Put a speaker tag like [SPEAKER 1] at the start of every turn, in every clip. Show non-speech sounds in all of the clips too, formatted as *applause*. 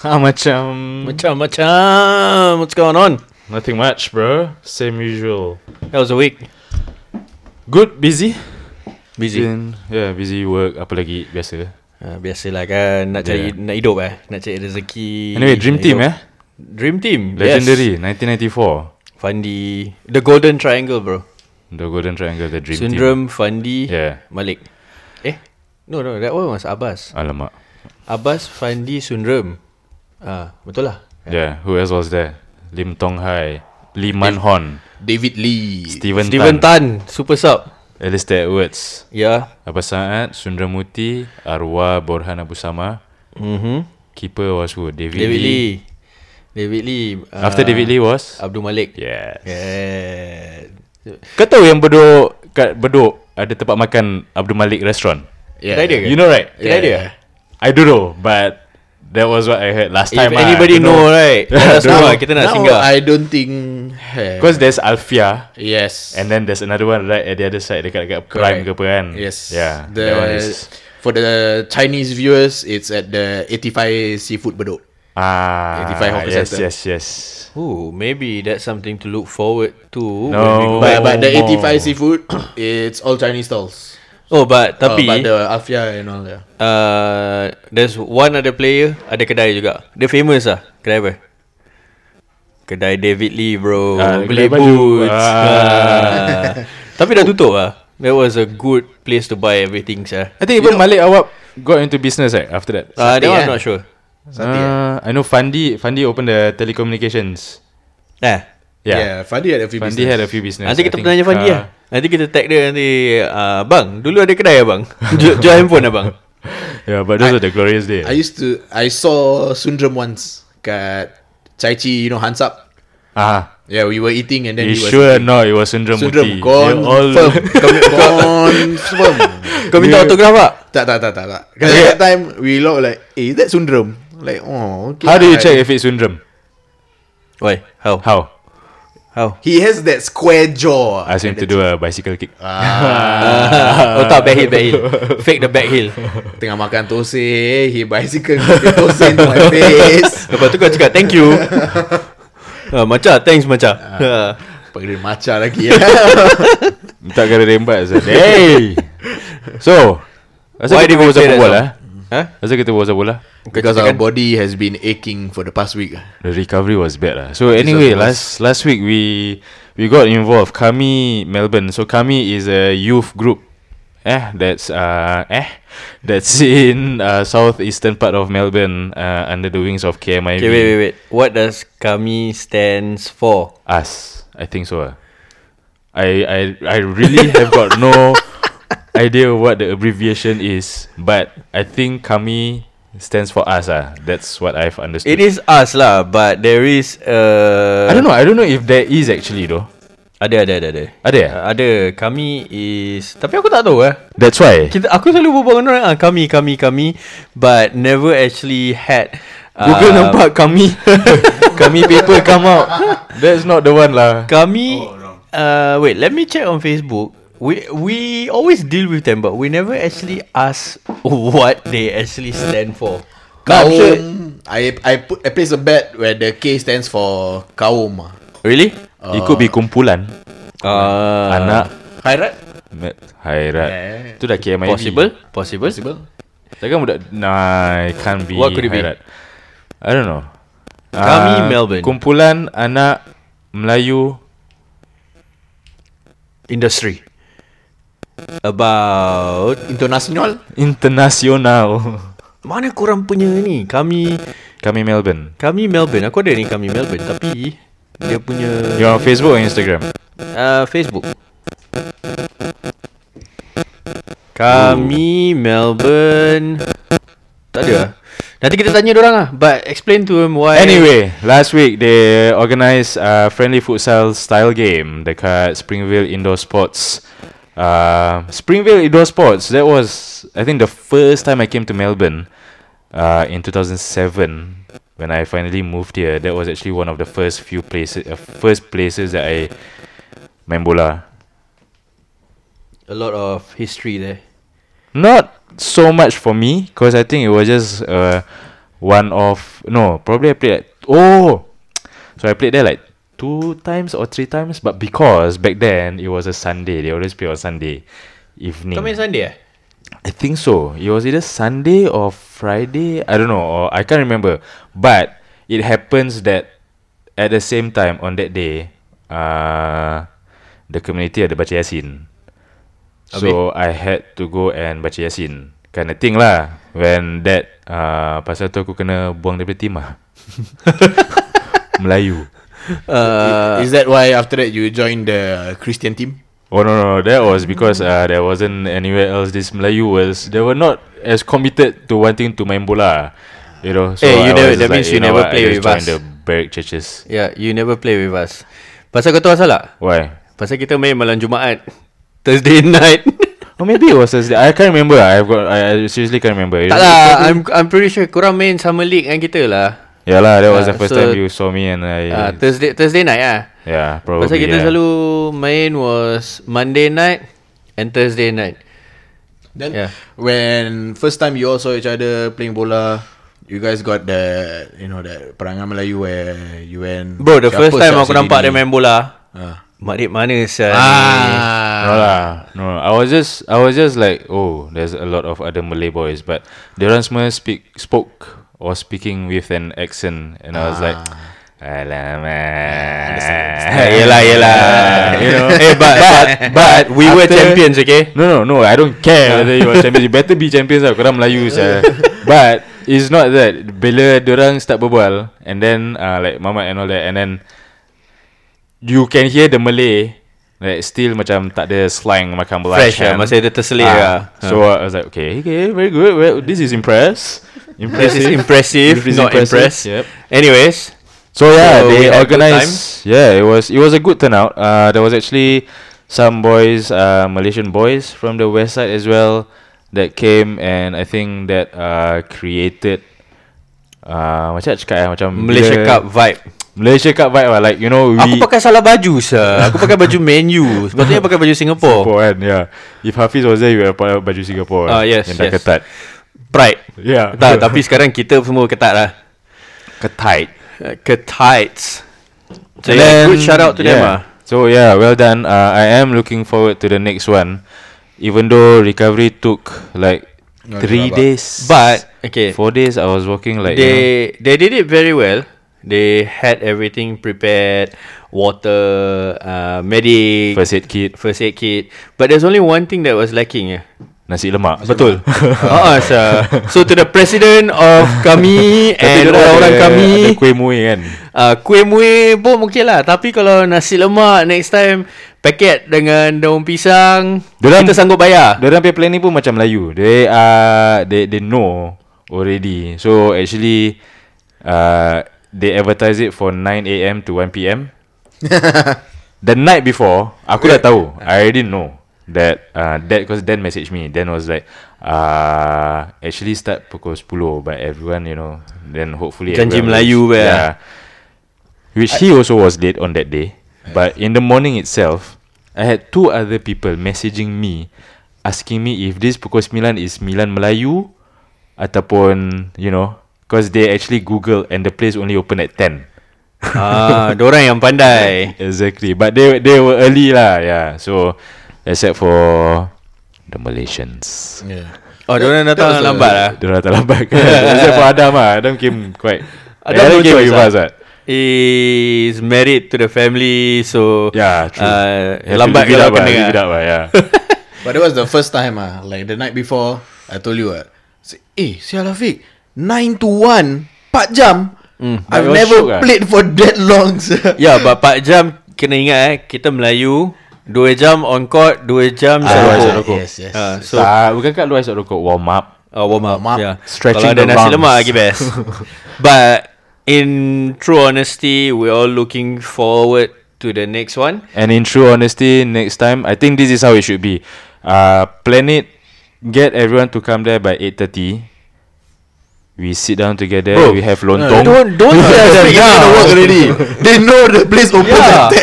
[SPEAKER 1] Ha, macam
[SPEAKER 2] Macam macam what's going on?
[SPEAKER 1] nothing much, bro. Same usual.
[SPEAKER 2] That was a week.
[SPEAKER 1] Good, busy.
[SPEAKER 2] Busy.
[SPEAKER 1] Then, yeah, busy work. Apa lagi biasa.
[SPEAKER 2] Ha, biasalah kan nak cari
[SPEAKER 1] Yeah.
[SPEAKER 2] nak hidup eh, nak cari rezeki.
[SPEAKER 1] Anyway, Dream
[SPEAKER 2] nak
[SPEAKER 1] Team
[SPEAKER 2] hidup.
[SPEAKER 1] eh.
[SPEAKER 2] Dream Team. Yes.
[SPEAKER 1] Legendary, 1994.
[SPEAKER 2] Fandi, the Golden Triangle bro.
[SPEAKER 1] The Golden Triangle, the Dream Team.
[SPEAKER 2] Syndrome Fandi
[SPEAKER 1] Yeah.
[SPEAKER 2] Malik. Eh? No no, that one was Abbas.
[SPEAKER 1] Alamak.
[SPEAKER 2] Abbas Fandi Sundram. Ah, betul lah.
[SPEAKER 1] Yeah, who else was there? Lim Tong Hai, Lee Man Hon,
[SPEAKER 2] David Lee.
[SPEAKER 1] Steven
[SPEAKER 2] Steven Tan. Super sub. Ya,
[SPEAKER 1] Alistair Edwards,
[SPEAKER 2] Yeah.
[SPEAKER 1] Abah Saad, Sundramuti, Arwah Borhan Abu Sama.
[SPEAKER 2] Mm-hmm.
[SPEAKER 1] Keeper was who? David,
[SPEAKER 2] David
[SPEAKER 1] Lee.
[SPEAKER 2] Lee. David Lee. ah,
[SPEAKER 1] After David Lee was?
[SPEAKER 2] Abdul Malik.
[SPEAKER 1] Yeah.
[SPEAKER 2] Yeah.
[SPEAKER 1] Kau tahu yang Bedok kat Bedok ada tempat makan Abdul Malik restaurant.
[SPEAKER 2] Yeah. Kedai dia ke?
[SPEAKER 1] You know right?
[SPEAKER 2] Kedai dia?
[SPEAKER 1] I don't know, but that was what I heard last
[SPEAKER 2] If
[SPEAKER 1] time. ah,
[SPEAKER 2] anybody know, right? Let us know lah. Kita nak
[SPEAKER 3] Now,
[SPEAKER 2] singgah.
[SPEAKER 3] I don't think have.
[SPEAKER 1] Because there's Alfia
[SPEAKER 3] yes.
[SPEAKER 1] and then there's another one right at the other side dekat dekat Prime ke apa kan?
[SPEAKER 3] Yes.
[SPEAKER 1] Yeah.
[SPEAKER 3] The,
[SPEAKER 1] that one is
[SPEAKER 3] for the Chinese viewers, it's at the 85 Seafood Bedok.
[SPEAKER 1] ah
[SPEAKER 3] 85 hawker
[SPEAKER 1] yes,
[SPEAKER 3] centre.
[SPEAKER 1] yes, yes.
[SPEAKER 2] Ooh, maybe that's something to look forward to.
[SPEAKER 1] No.
[SPEAKER 2] when we go.
[SPEAKER 3] But, but the
[SPEAKER 1] Oh.
[SPEAKER 3] 85 Seafood, *coughs* it's all Chinese stalls.
[SPEAKER 2] Oh, but
[SPEAKER 3] Uh,
[SPEAKER 2] tapi
[SPEAKER 3] but the Afia and all, yeah.
[SPEAKER 2] uh, there's one other player ada kedai juga. Dia famous ah. Kedai apa? Kedai David Lee bro.
[SPEAKER 1] Ah,
[SPEAKER 2] Beli
[SPEAKER 1] kedai baju.
[SPEAKER 2] boots.
[SPEAKER 1] Ah.
[SPEAKER 2] Ah. *laughs* Tapi dah tutup ah. That was a good place to buy everything sah.
[SPEAKER 1] I think even Malik Awab got into business right after that.
[SPEAKER 2] Uh, that
[SPEAKER 3] Satay,
[SPEAKER 2] one I'm
[SPEAKER 3] eh?
[SPEAKER 2] not sure.
[SPEAKER 1] Uh, I know Fandi Fandi opened the telecommunications.
[SPEAKER 2] Nah.
[SPEAKER 1] Yeah.
[SPEAKER 3] Fandi had a few
[SPEAKER 1] Fandi
[SPEAKER 3] business.
[SPEAKER 1] had a few business.
[SPEAKER 2] Nanti
[SPEAKER 1] I
[SPEAKER 2] kita
[SPEAKER 1] think,
[SPEAKER 2] tanya Fandi eh?
[SPEAKER 1] uh,
[SPEAKER 2] lah. Nanti kita tag dia nanti uh, bang, *laughs* dulu ada kedai abang. Jual, jual handphone ya, abang.
[SPEAKER 1] *laughs* Yeah, but those are the glorious days.
[SPEAKER 3] I used to, I saw Sundram once kat Chai Chi, you know, Hans Up.
[SPEAKER 1] Ah,
[SPEAKER 3] Yeah, we were eating and then
[SPEAKER 1] you
[SPEAKER 3] he was
[SPEAKER 1] sure no? It was Sundram
[SPEAKER 3] Sundram
[SPEAKER 1] Muti.
[SPEAKER 3] confirm *laughs* confirm
[SPEAKER 2] Kau minta autograf tak?
[SPEAKER 3] tak tak tak tak tak Cause at that time we look like eh is that Sundram like oh
[SPEAKER 1] *laughs*
[SPEAKER 3] okay
[SPEAKER 1] How do you
[SPEAKER 3] lah.
[SPEAKER 1] check if it's Sundram?
[SPEAKER 2] Why? How?
[SPEAKER 1] How?
[SPEAKER 2] How?
[SPEAKER 3] he has that square jaw
[SPEAKER 1] Ask him to
[SPEAKER 3] *laughs*
[SPEAKER 1] do a bicycle kick.
[SPEAKER 2] *laughs* oh tak, back heel, back heel. Fake the back *laughs* heel.
[SPEAKER 3] tengah makan thosai he bicycle kick the thosai
[SPEAKER 1] *laughs*
[SPEAKER 3] into my face
[SPEAKER 2] Lepas tu kau cakap, thank you. Uh, Macha, thanks Macha. Uh.
[SPEAKER 3] panggil dia maca lagi ya.
[SPEAKER 1] *laughs* Tak kena rembat *laughs* Azad. Hey! So, asal
[SPEAKER 2] Why
[SPEAKER 1] kita
[SPEAKER 2] did we
[SPEAKER 1] berbual
[SPEAKER 2] play that
[SPEAKER 1] bola?
[SPEAKER 2] song?
[SPEAKER 1] eh?
[SPEAKER 2] Huh?
[SPEAKER 1] Asal kita berbual bola?
[SPEAKER 3] because our body has been aching for the past week
[SPEAKER 1] The recovery was bad lah. So anyway, last last week we we got involved. Kami Melbourne. So Kami is a youth group. Eh, that's uh eh, that's *laughs* in uh, southeastern part of Melbourne uh, under the wings of KMIV.
[SPEAKER 2] Okay, wait, wait, wait. What does kami stands for?
[SPEAKER 1] Us, I think so. ah. I I I really *laughs* have got no idea what the abbreviation is, but I think Kami stands for us. Ah, that's what I've understood.
[SPEAKER 2] It is us lah, but there is... Uh,
[SPEAKER 1] I don't know. I don't know if there is actually though.
[SPEAKER 2] Ada, ada, ada. Ada,
[SPEAKER 1] Ada ya?
[SPEAKER 2] uh, ada. Kami is... Tapi aku tak tahu eh.
[SPEAKER 1] That's why.
[SPEAKER 2] Kita, aku selalu berbual dengan orang, ah, kami, kami, kami. But never actually had...
[SPEAKER 1] Google
[SPEAKER 2] um,
[SPEAKER 1] nampak kami *laughs* Kami paper come out That's not the one lah
[SPEAKER 2] Kami uh, Wait let me check on Facebook We we always deal with them But we never actually ask *laughs* What they actually stand for
[SPEAKER 3] kaum I I put I place a bet where the K stands for kaum
[SPEAKER 2] Really?
[SPEAKER 1] It could be Ah. kumpulan
[SPEAKER 2] Uh,
[SPEAKER 1] Anak
[SPEAKER 3] Khairat
[SPEAKER 1] Met Hairat
[SPEAKER 3] Eh.
[SPEAKER 1] Itu dah KMIV
[SPEAKER 2] Possible Possible
[SPEAKER 3] possible
[SPEAKER 1] Takkan budak Nah it can't be
[SPEAKER 2] What could it be?
[SPEAKER 1] Hairat I don't know
[SPEAKER 2] Kami
[SPEAKER 1] Ah,
[SPEAKER 2] Melbourne.
[SPEAKER 1] Kumpulan anak Melayu
[SPEAKER 2] Industry About
[SPEAKER 3] international
[SPEAKER 1] Internasional
[SPEAKER 2] Mana korang punya ni Kami
[SPEAKER 1] *laughs* Kami Melbourne
[SPEAKER 2] Kami Melbourne Aku ada ni kami Melbourne Tapi Dia punya
[SPEAKER 1] You're on Facebook or Instagram?
[SPEAKER 2] uh, Facebook Kami Melbourne Tak ada lah. Nanti kita tanya orang lah But explain to them why
[SPEAKER 1] Anyway, last week they organised a friendly futsal style game dekat Springvale Indoor Sports. Uh, Springvale Indoor Sports. That was, I think, the first time I came to Melbourne uh, in 2007 when I finally moved here. That was actually one of the first few places, uh, first places that I main bola.
[SPEAKER 2] A lot of history there
[SPEAKER 1] Not so much for me, cause I think it was just uh, one of no probably I played like oh so I played there like two times or three times but because back then it was a Sunday they always play on Sunday evening
[SPEAKER 2] Kau main Sunday eh?
[SPEAKER 1] I think so. It was either Sunday or Friday. I don't know. Or I can't remember. But it happens that at the same time on that day, uh, the community ada baca yasin. So I had to go and baca yasin. Kind of thing lah. When that uh, pasal tu aku kena buang daripada team lah. *laughs* Melayu.
[SPEAKER 2] Uh,
[SPEAKER 3] Is that why after that you joined the Christian team?
[SPEAKER 1] Oh no no, that was because uh, there wasn't anywhere else. This Melayu was they were not as committed to wanting to main bola, you know. So
[SPEAKER 2] Eh, you
[SPEAKER 1] I
[SPEAKER 2] never-
[SPEAKER 1] was
[SPEAKER 2] that
[SPEAKER 1] like,
[SPEAKER 2] means you
[SPEAKER 1] know
[SPEAKER 2] never
[SPEAKER 1] what, I
[SPEAKER 2] play
[SPEAKER 1] just
[SPEAKER 2] with
[SPEAKER 1] joined
[SPEAKER 2] us.
[SPEAKER 1] The barrack churches.
[SPEAKER 2] yeah, you never play with us. Pasal kau tahu asal tak?
[SPEAKER 1] Why?
[SPEAKER 2] Pasal kita main malam Jumaat. Thursday *laughs* night.
[SPEAKER 1] Oh, maybe it was Thursday. I can't remember. I've got. I, I seriously can't remember.
[SPEAKER 2] tak lah, I'm, I'm pretty sure korang main summer league dengan kita lah.
[SPEAKER 1] Yeah lah, that was
[SPEAKER 2] Ah,
[SPEAKER 1] the first
[SPEAKER 2] so-
[SPEAKER 1] time you saw me and I.
[SPEAKER 2] Uh, Thursday Thursday night ah.
[SPEAKER 1] yeah, probably.
[SPEAKER 2] Pasal kita
[SPEAKER 1] yeah.
[SPEAKER 2] selalu main was Monday night and Thursday night.
[SPEAKER 3] Then
[SPEAKER 2] Yeah.
[SPEAKER 3] when first time you all saw each other playing bola, you guys got the you know that perangai Melayu where you went.
[SPEAKER 2] Bro, the
[SPEAKER 3] siapa
[SPEAKER 2] first time
[SPEAKER 3] siap
[SPEAKER 2] aku
[SPEAKER 3] sini
[SPEAKER 2] nampak
[SPEAKER 3] ni.
[SPEAKER 2] dia main bola.
[SPEAKER 3] Ah.
[SPEAKER 1] Ha.
[SPEAKER 2] Madrid mana sah?
[SPEAKER 1] No lah, no. I was just, I was just like, oh, there's a lot of other Malay boys, but they don't semua speak, spoke or speaking with an accent, and I was like, alamak, *laughs* yelah, yelah, you know.
[SPEAKER 2] *laughs* Eh, but, but, but we were
[SPEAKER 1] after-
[SPEAKER 2] champions, okay?
[SPEAKER 1] No, no, no. I don't care whether you are champions. You better be champions lah. Korang Melayu saya. But it's not that. Bila orang start berbual and then uh, like mama and all that and then you can hear the Malay like still macam tak ada slang macam Melayu.
[SPEAKER 2] Fresh lah, masih ada terselit lah.
[SPEAKER 1] Ah. So I was like, okay, okay, very good. Well, this is impress.
[SPEAKER 2] *laughs* This is impressive,
[SPEAKER 1] This is
[SPEAKER 2] not
[SPEAKER 1] impressive,
[SPEAKER 2] impressed.
[SPEAKER 1] yep.
[SPEAKER 2] Anyways,
[SPEAKER 1] So yeah,
[SPEAKER 2] So we
[SPEAKER 1] they
[SPEAKER 2] had good
[SPEAKER 1] organized. Yeah, it was it was a good turnout. Uh, there was actually some boys, uh, Malaysian boys from the west side as well, that came and I think that uh, created. Uh, macam nak cakap eh, macam
[SPEAKER 2] Malaysia
[SPEAKER 1] bila-
[SPEAKER 2] Cup vibe.
[SPEAKER 1] Malaysia Cup vibe lah Like you know we
[SPEAKER 2] Aku pakai salah baju sah. Aku pakai baju menu. Sepatutnya pakai baju Singapore.
[SPEAKER 1] Singapore kan yeah. If Hafiz was there You would have pakai baju Singapore
[SPEAKER 2] Ah, yes,
[SPEAKER 1] Yang dah
[SPEAKER 2] yes.
[SPEAKER 1] ketat
[SPEAKER 2] Pride.
[SPEAKER 1] Yeah *laughs*
[SPEAKER 2] Tak, tapi sekarang kita semua ketat lah.
[SPEAKER 1] Ketat
[SPEAKER 2] Ketites. So
[SPEAKER 1] And
[SPEAKER 2] yeah,
[SPEAKER 1] then-
[SPEAKER 2] good shout out to them
[SPEAKER 1] yeah.
[SPEAKER 2] ah.
[SPEAKER 1] So yeah, well done. Uh, I am looking forward to the next one. Even though recovery took like
[SPEAKER 3] No,
[SPEAKER 1] three
[SPEAKER 3] rabak.
[SPEAKER 1] days, Eh.
[SPEAKER 2] But okay,
[SPEAKER 1] four days, I was working like you
[SPEAKER 2] they they did it very well. They had everything prepared, water, uh, medic,
[SPEAKER 1] know, first aid kit,
[SPEAKER 2] first aid kit. But there's only one thing that was lacking. Yeah.
[SPEAKER 1] nasi lemak.
[SPEAKER 2] *laughs* Betul. uh, sir. So to the president of
[SPEAKER 1] *laughs*
[SPEAKER 2] kami
[SPEAKER 1] Tapi
[SPEAKER 2] and
[SPEAKER 1] dorang ada-
[SPEAKER 2] orang-orang kami,
[SPEAKER 1] ada kuih muih kan.
[SPEAKER 2] uh, kuih muih pun okay lah. Tapi kalau nasi lemak next time paket dengan daun pisang,
[SPEAKER 1] Dorang-
[SPEAKER 2] kita
[SPEAKER 1] *laughs*
[SPEAKER 2] sanggup bayar.
[SPEAKER 1] Dorang punya plan ni pun macam Melayu. They are they they know already. So actually, uh, they advertise it for 9 a.m. to 1 p.m. The night before, aku dah tahu. I already know that uh, that because Dan message me. Dan was like, uh, actually start pukul 10 but everyone you know. Then hopefully
[SPEAKER 2] Janji
[SPEAKER 1] everyone
[SPEAKER 2] Melayu
[SPEAKER 1] was-
[SPEAKER 2] weh.
[SPEAKER 1] Yeah. Which he also was late on that day. But in the morning itself, I had two other people messaging me asking me if this pukul 9 is 9 Melayu ataupun you know because they actually Google and the place only open at 10.
[SPEAKER 2] ah, dorang yang pandai.
[SPEAKER 1] Exactly. But they they were early lah. Yeah. So except for the Malaysians.
[SPEAKER 3] Yeah.
[SPEAKER 2] Oh, dorang
[SPEAKER 3] That-
[SPEAKER 2] datang
[SPEAKER 3] that was
[SPEAKER 2] lambat
[SPEAKER 3] a-
[SPEAKER 2] lah.
[SPEAKER 1] Dia orang tak lambat
[SPEAKER 2] *laughs*
[SPEAKER 1] kan. except for Adam lah. Adam came quite.
[SPEAKER 2] Adam
[SPEAKER 1] Adam,
[SPEAKER 2] no
[SPEAKER 1] came
[SPEAKER 2] choice
[SPEAKER 1] with
[SPEAKER 2] ah.
[SPEAKER 1] us right?
[SPEAKER 2] is married to the family so
[SPEAKER 1] Yeah, true.
[SPEAKER 2] Uh,
[SPEAKER 1] Have to
[SPEAKER 2] lambat
[SPEAKER 1] leave it
[SPEAKER 2] kalau
[SPEAKER 1] up ah,
[SPEAKER 2] kena
[SPEAKER 1] leave it
[SPEAKER 2] ah.
[SPEAKER 1] up lah,
[SPEAKER 2] *laughs*
[SPEAKER 1] yeah.
[SPEAKER 3] But that was the first time ah. Like the night before, I told you ah. Say, eh, sial Afiq, 9 to 1, 4 jam.
[SPEAKER 2] Hmm,
[SPEAKER 1] But it
[SPEAKER 3] I've
[SPEAKER 1] was
[SPEAKER 3] never
[SPEAKER 1] shiok ah.
[SPEAKER 3] played for that long. sir.
[SPEAKER 2] Ya, yeah, but 4 jam kena ingat eh kita Melayu 2 jam on court, 2 jam
[SPEAKER 1] Ah,
[SPEAKER 2] syarat
[SPEAKER 1] dua jam
[SPEAKER 2] rokok.
[SPEAKER 1] rokok.
[SPEAKER 3] Yes, yes.
[SPEAKER 2] Ah, so
[SPEAKER 1] So, tak, bukan kat luar esok rokok. Warm up.
[SPEAKER 2] uh, warm up.
[SPEAKER 3] Warm up,
[SPEAKER 2] Yeah.
[SPEAKER 1] stretching
[SPEAKER 2] Kalau ada
[SPEAKER 1] the
[SPEAKER 2] nasi
[SPEAKER 1] lungs.
[SPEAKER 2] lemak lagi
[SPEAKER 1] *laughs*
[SPEAKER 2] best. but in true honesty, we all looking forward to the next one.
[SPEAKER 1] And in true honesty, next time, I think this is how it should be. Uh, plan it. Get everyone to come there by 8.30. We sit down together.
[SPEAKER 2] Bro,
[SPEAKER 1] we have lontong.
[SPEAKER 2] Don't
[SPEAKER 1] *laughs*
[SPEAKER 2] don't tell them
[SPEAKER 3] It's
[SPEAKER 2] now.
[SPEAKER 3] gonna work
[SPEAKER 2] *laughs*
[SPEAKER 3] already. they know the place opens
[SPEAKER 2] Yeah.
[SPEAKER 3] at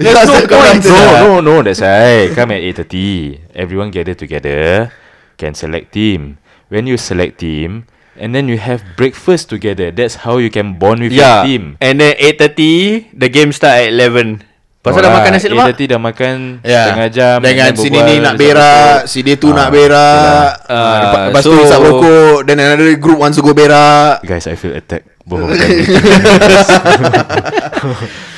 [SPEAKER 3] 10.
[SPEAKER 2] There's
[SPEAKER 3] Just
[SPEAKER 2] no
[SPEAKER 3] come
[SPEAKER 2] point,
[SPEAKER 3] after
[SPEAKER 1] no,
[SPEAKER 2] sir.
[SPEAKER 3] that.
[SPEAKER 1] no, no. That's why come at eight thirty. Everyone gather together. Can select team. When you select team, and then you have breakfast together. That's how you can bond with
[SPEAKER 2] Yeah.
[SPEAKER 1] your team.
[SPEAKER 2] Ya, And then 8.30, the game start at 11. Pasal dah
[SPEAKER 1] lah,
[SPEAKER 2] makan nasi lemak?
[SPEAKER 1] 8.30 dah makan
[SPEAKER 3] Ya.
[SPEAKER 1] Setengah jam
[SPEAKER 3] Dengan
[SPEAKER 1] and then
[SPEAKER 3] si
[SPEAKER 1] berbual,
[SPEAKER 3] ni nak
[SPEAKER 1] besar-besar.
[SPEAKER 3] berak Si dia tu
[SPEAKER 1] Ah,
[SPEAKER 3] nak berak
[SPEAKER 2] Ah,
[SPEAKER 3] Ah, lepas- Lepas tu
[SPEAKER 2] so-
[SPEAKER 3] hisap rokok Then another group wants to go berak
[SPEAKER 1] Guys I feel attacked Both of them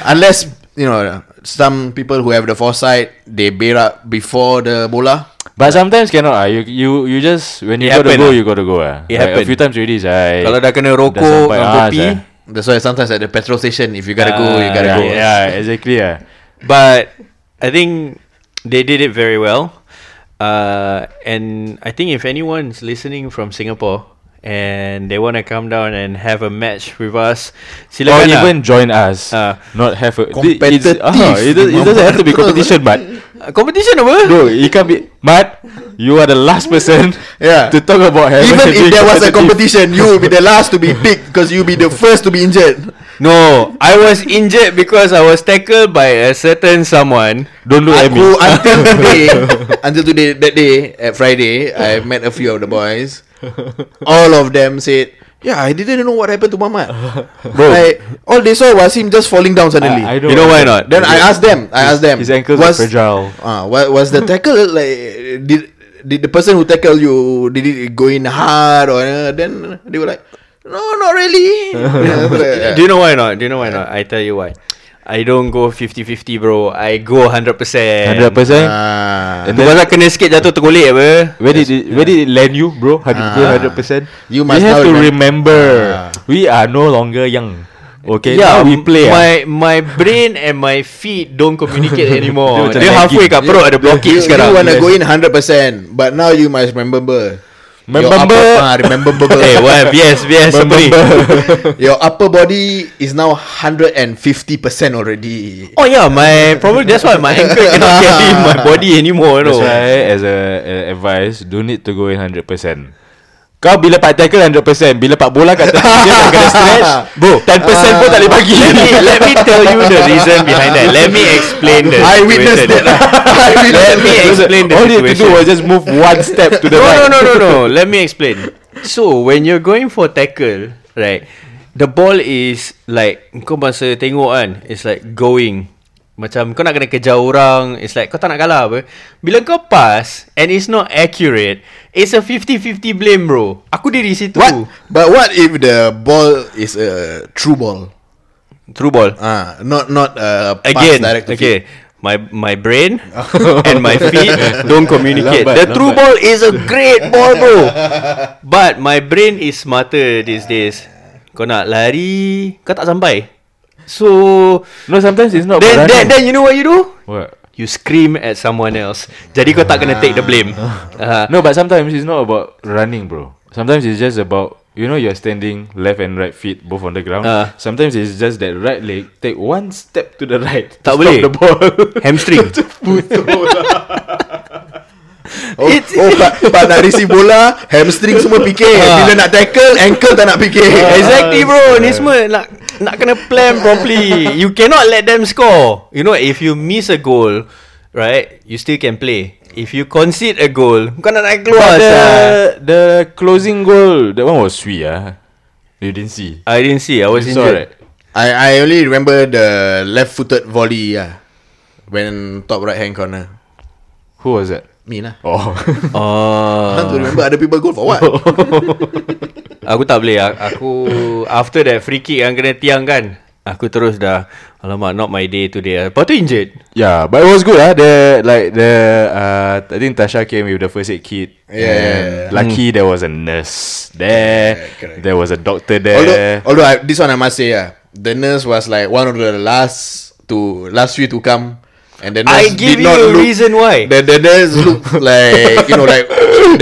[SPEAKER 3] Unless You know Some people who have the foresight They berak before the bola
[SPEAKER 1] *laughs* But sometimes cannot ah. You you you just When you
[SPEAKER 2] It
[SPEAKER 1] gotta
[SPEAKER 2] happen
[SPEAKER 1] go
[SPEAKER 2] ah.
[SPEAKER 1] You gotta go ah. like, A
[SPEAKER 2] It happen.
[SPEAKER 1] few times already I,
[SPEAKER 2] Kalau dah kena rokok,
[SPEAKER 1] sampai,
[SPEAKER 2] dengan
[SPEAKER 1] ah,
[SPEAKER 2] kopi.
[SPEAKER 1] sia.
[SPEAKER 3] That's why sometimes at the petrol station If you gotta go You
[SPEAKER 2] Ah,
[SPEAKER 3] gotta
[SPEAKER 1] yeah,
[SPEAKER 3] go
[SPEAKER 1] yeah exactly ah.
[SPEAKER 2] But I think they did it very well. Uh, and I think if anyone's listening from Singapore and they want to come down and have a match with us,
[SPEAKER 1] Or
[SPEAKER 2] silakan lah.
[SPEAKER 1] even join us
[SPEAKER 2] Ah.
[SPEAKER 1] Not have a
[SPEAKER 3] Competitive.
[SPEAKER 1] *laughs* it's, ah, it, does- it doesn't have to be competition
[SPEAKER 3] *laughs*
[SPEAKER 1] But
[SPEAKER 2] Uh, competition apa?
[SPEAKER 1] Bro it can be But You are the last person
[SPEAKER 3] *laughs* Yeah.
[SPEAKER 1] To talk about having a
[SPEAKER 3] Even if
[SPEAKER 1] big
[SPEAKER 3] there was
[SPEAKER 1] competitive-
[SPEAKER 3] a competition You will be the last to
[SPEAKER 1] *laughs*
[SPEAKER 3] be picked Because you'll be the first to be injured
[SPEAKER 2] No, I was injured because I was tackled by a certain someone.
[SPEAKER 1] Don't look at me
[SPEAKER 3] Aku until
[SPEAKER 1] *laughs*
[SPEAKER 3] today Until today That day At Friday I met a few of the boys All of them said Yeah I didn't know what happened to
[SPEAKER 1] *laughs*
[SPEAKER 3] Muhammad Bro like, All they saw was him just falling down suddenly
[SPEAKER 1] I- I don't-
[SPEAKER 2] You know why not?
[SPEAKER 3] Then I asked them I asked them
[SPEAKER 1] His ankles
[SPEAKER 3] was,
[SPEAKER 1] are fragile
[SPEAKER 3] uh, was, was the tackle like Did did the person who tackled you Did it go in hard or uh, Then they were like No not
[SPEAKER 1] *laughs*
[SPEAKER 3] really yeah, so like,
[SPEAKER 2] Do you know why not? Do you know why not? I tell you why. I don't go 50-50 bro. I go 100%.
[SPEAKER 1] 100%
[SPEAKER 3] Ah.
[SPEAKER 1] And
[SPEAKER 2] Tu pasal kena sikit jatuh tergolek apa?
[SPEAKER 1] Where did it, where did it land you, bro? Hundred
[SPEAKER 3] Ah.
[SPEAKER 1] hundred percent.
[SPEAKER 3] You must
[SPEAKER 1] we have
[SPEAKER 3] now
[SPEAKER 1] to
[SPEAKER 3] remem-
[SPEAKER 1] remember.
[SPEAKER 3] Ah.
[SPEAKER 1] We are no longer young. Okay, now we play. ah. *laughs*
[SPEAKER 2] My
[SPEAKER 1] My,
[SPEAKER 2] my brain and my feet don't *laughs* communicate anymore.
[SPEAKER 1] Dia macam
[SPEAKER 2] Dia halfway
[SPEAKER 1] lagging.
[SPEAKER 2] kat perut ada blockage
[SPEAKER 3] you,
[SPEAKER 2] sekarang.
[SPEAKER 3] You wanna go in 100% But now you must remember Your
[SPEAKER 1] Remember.
[SPEAKER 3] upper, ah, Remember
[SPEAKER 1] *laughs*
[SPEAKER 2] Eh, what? Yes,
[SPEAKER 3] *laughs*
[SPEAKER 2] yes, somebody.
[SPEAKER 3] Your upper body Is now 150% already
[SPEAKER 2] Oh yeah, my probably that's why my ankle *laughs* cannot carry my body anymore.
[SPEAKER 1] That's
[SPEAKER 2] No.
[SPEAKER 1] why as a, a advice, don't need to go in hundred percent. Kau bila pak tackle 100% Bila pak bola kat tepi dia nak kena stretch
[SPEAKER 2] *laughs*
[SPEAKER 1] Bro 10% pun tak boleh bagi
[SPEAKER 2] Ah. Let me, let me tell you the reason behind that. Let me explain the
[SPEAKER 3] I witnessed
[SPEAKER 2] situation.
[SPEAKER 3] that
[SPEAKER 1] *laughs*
[SPEAKER 2] Let
[SPEAKER 3] I
[SPEAKER 2] me
[SPEAKER 3] witnessed that
[SPEAKER 2] explain the
[SPEAKER 1] All you have to do
[SPEAKER 2] situation.
[SPEAKER 1] was just move one step to the
[SPEAKER 2] no,
[SPEAKER 1] right
[SPEAKER 2] no, no, no,
[SPEAKER 1] *laughs*
[SPEAKER 2] no. Let me explain. So, when you're going for tackle, right, the ball is like, kau masa tengok kan, it's like going. Macam kau nak kena kejar orang, it's like kau tak nak kalah apa. Bila kau pass, and it's not accurate, it's a 50-50 blame bro. Aku diri situ.
[SPEAKER 3] What? But what if the ball Is a true ball
[SPEAKER 2] Through ball.
[SPEAKER 3] Ah, Not not uh, pass
[SPEAKER 2] Again,
[SPEAKER 3] direct to
[SPEAKER 2] okay. My my brain and my
[SPEAKER 3] *laughs*
[SPEAKER 2] feet don't communicate.
[SPEAKER 1] Lambat,
[SPEAKER 2] the true
[SPEAKER 1] lambat.
[SPEAKER 2] ball is a great ball, bro. But my brain is smarter these days. Kau nak lari, kau tak sampai. So
[SPEAKER 1] No, sometimes it's not
[SPEAKER 2] then, then
[SPEAKER 1] running.
[SPEAKER 2] then you know what you do?
[SPEAKER 1] What?
[SPEAKER 2] You scream at someone else. Jadi kau tak kena take the
[SPEAKER 1] *laughs*
[SPEAKER 2] blame. Uh,
[SPEAKER 1] No, but sometimes it's not about running, bro. Sometimes it's just about you know you're standing left and right feet both on the ground.
[SPEAKER 2] Ah.
[SPEAKER 1] Sometimes it's just that right leg take one step to the right.
[SPEAKER 2] Tak
[SPEAKER 1] to
[SPEAKER 2] boleh.
[SPEAKER 1] Stop the ball.
[SPEAKER 2] hamstring.
[SPEAKER 1] *laughs*
[SPEAKER 3] Oh,
[SPEAKER 2] It's-
[SPEAKER 3] oh but, but nak receive bola Hamstring semua fikir
[SPEAKER 2] Ah.
[SPEAKER 3] Bila nak tackle Ankle tak nak fikir
[SPEAKER 2] Exactly bro Ni semua nak Nak kena plan properly You cannot let them score You know if you miss a goal Right You still can play If you concede a goal Kau nak nak keluar
[SPEAKER 1] But the
[SPEAKER 2] sia.
[SPEAKER 1] the closing goal that one was sweet ah. You didn't see.
[SPEAKER 2] I didn't see I was
[SPEAKER 1] You saw,
[SPEAKER 2] injured
[SPEAKER 1] right?
[SPEAKER 3] I I only remember the left-footed volley yeah, when top right hand corner.
[SPEAKER 1] Who was that?
[SPEAKER 3] Me lah.
[SPEAKER 1] Oh, *laughs*
[SPEAKER 3] I want to
[SPEAKER 2] Oh,
[SPEAKER 3] remember other people goal for
[SPEAKER 2] *laughs*
[SPEAKER 3] what?
[SPEAKER 2] Aku tak boleh A- Aku After that free kick Yang kena tiang kan Aku terus dah Alamak not my day today Lepas tu injured
[SPEAKER 1] yeah, but it was good ah. The like the uh, I think Tasha came with the first aid kit.
[SPEAKER 3] Yeah, yeah,
[SPEAKER 1] and
[SPEAKER 3] yeah.
[SPEAKER 1] Lucky there was a nurse there.
[SPEAKER 3] Yeah, correct.
[SPEAKER 1] there was a doctor there.
[SPEAKER 2] Eh.
[SPEAKER 3] although although I, this one I must say yeah, the nurse was like one of the last to last few to come, and the
[SPEAKER 2] I
[SPEAKER 3] nurse
[SPEAKER 2] give you
[SPEAKER 3] did not
[SPEAKER 2] a
[SPEAKER 3] look.
[SPEAKER 2] reason why
[SPEAKER 3] The, the nurse
[SPEAKER 2] *laughs*
[SPEAKER 3] looked like you know like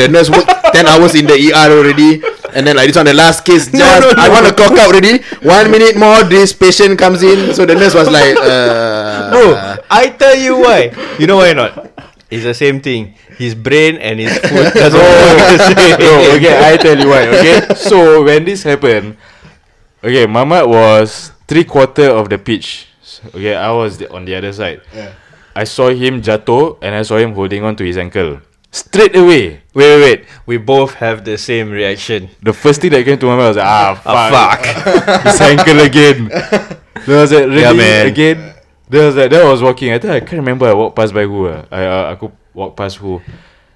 [SPEAKER 3] the nurse worked ten hours in the ER already, and then like this one the last case just
[SPEAKER 2] no,
[SPEAKER 3] I
[SPEAKER 2] no.
[SPEAKER 3] want to clock out already. One minute more, this patient comes in, so the nurse was
[SPEAKER 2] *laughs*
[SPEAKER 3] like, uh,
[SPEAKER 2] Bro, I tell you why. You know why not? It's the same thing. His brain and his *laughs* food doesn't work the same.
[SPEAKER 1] *laughs* no, okay, I tell you why. Okay, so when this happened, okay, Mama was three quarter of the pitch. Okay, I was the, on the other side. I saw him jatuh and I saw him holding on to his ankle. Straight away.
[SPEAKER 2] Wait, wait, wait. We both have the same reaction.
[SPEAKER 1] The first thing that came to my mind was like, ah, fuck.
[SPEAKER 2] Ah,
[SPEAKER 1] *laughs*
[SPEAKER 2] fuck.
[SPEAKER 1] His ankle again. Then I was like, really?
[SPEAKER 2] Yeah, man.
[SPEAKER 1] Again? Then I was like, then I was walking. I think I can't remember I walked past by who. ah. I, uh, aku walk past who.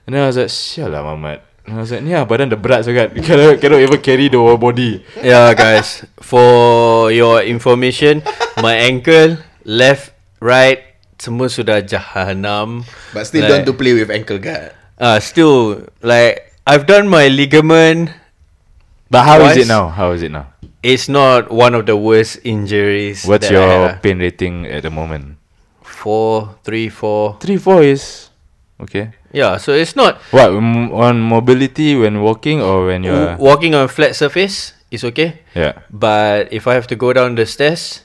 [SPEAKER 1] And then I was like, sial lah mamat. And I was like, ni lah badan dah berat sangat. Cannot, cannot even carry the whole body.
[SPEAKER 2] yeah, guys. For your information, my ankle, left, right, semua sudah jahanam.
[SPEAKER 3] But still
[SPEAKER 2] like,
[SPEAKER 3] don't to play with ankle guard.
[SPEAKER 2] Uh, still, like, I've done my ligament.
[SPEAKER 1] But how is it
[SPEAKER 2] Twice?
[SPEAKER 1] now? How is it now?
[SPEAKER 2] It's not one of the worst injuries.
[SPEAKER 1] What's
[SPEAKER 2] that I had,
[SPEAKER 1] your
[SPEAKER 2] ah.
[SPEAKER 1] pain rating at the moment?
[SPEAKER 2] four, three, four?
[SPEAKER 1] Three, four is okay.
[SPEAKER 2] Yeah, so it's not
[SPEAKER 1] What m- on mobility when walking or when you're
[SPEAKER 2] w- walking on a flat surface. It's okay.
[SPEAKER 1] yeah.
[SPEAKER 2] But if I have to go down the stairs,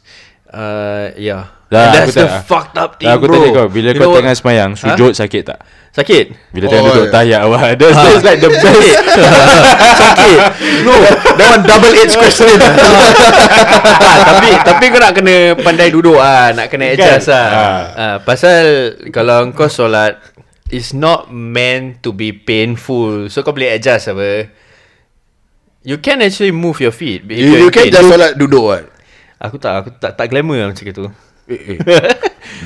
[SPEAKER 2] uh, yeah.
[SPEAKER 1] Dah, aku
[SPEAKER 2] And that's the
[SPEAKER 1] tak-
[SPEAKER 2] fucked up thing,
[SPEAKER 1] Lah, aku
[SPEAKER 2] bro.
[SPEAKER 1] tanya kau bila
[SPEAKER 2] You
[SPEAKER 1] kau
[SPEAKER 2] know
[SPEAKER 1] tengah
[SPEAKER 2] what?
[SPEAKER 1] semayang
[SPEAKER 2] Ha?
[SPEAKER 1] sujud sakit tak?
[SPEAKER 2] Sakit.
[SPEAKER 1] Bila tengah
[SPEAKER 3] Oh,
[SPEAKER 1] duduk
[SPEAKER 3] yeah.
[SPEAKER 1] tayak *laughs* awak That's, that's like the best
[SPEAKER 2] *laughs* Sakit. No, that one double edge question. ah, tapi tapi kau nak kena pandai duduk ah, nak kena adjust ah. ah. pasal kalau kau solat it's not meant to be painful. So kau boleh adjust apa. You can actually move your feet. if
[SPEAKER 3] You, you
[SPEAKER 2] you're in pain.
[SPEAKER 3] can just solat duduk kan.
[SPEAKER 2] Aku tak aku tak tak glamour lah macam itu.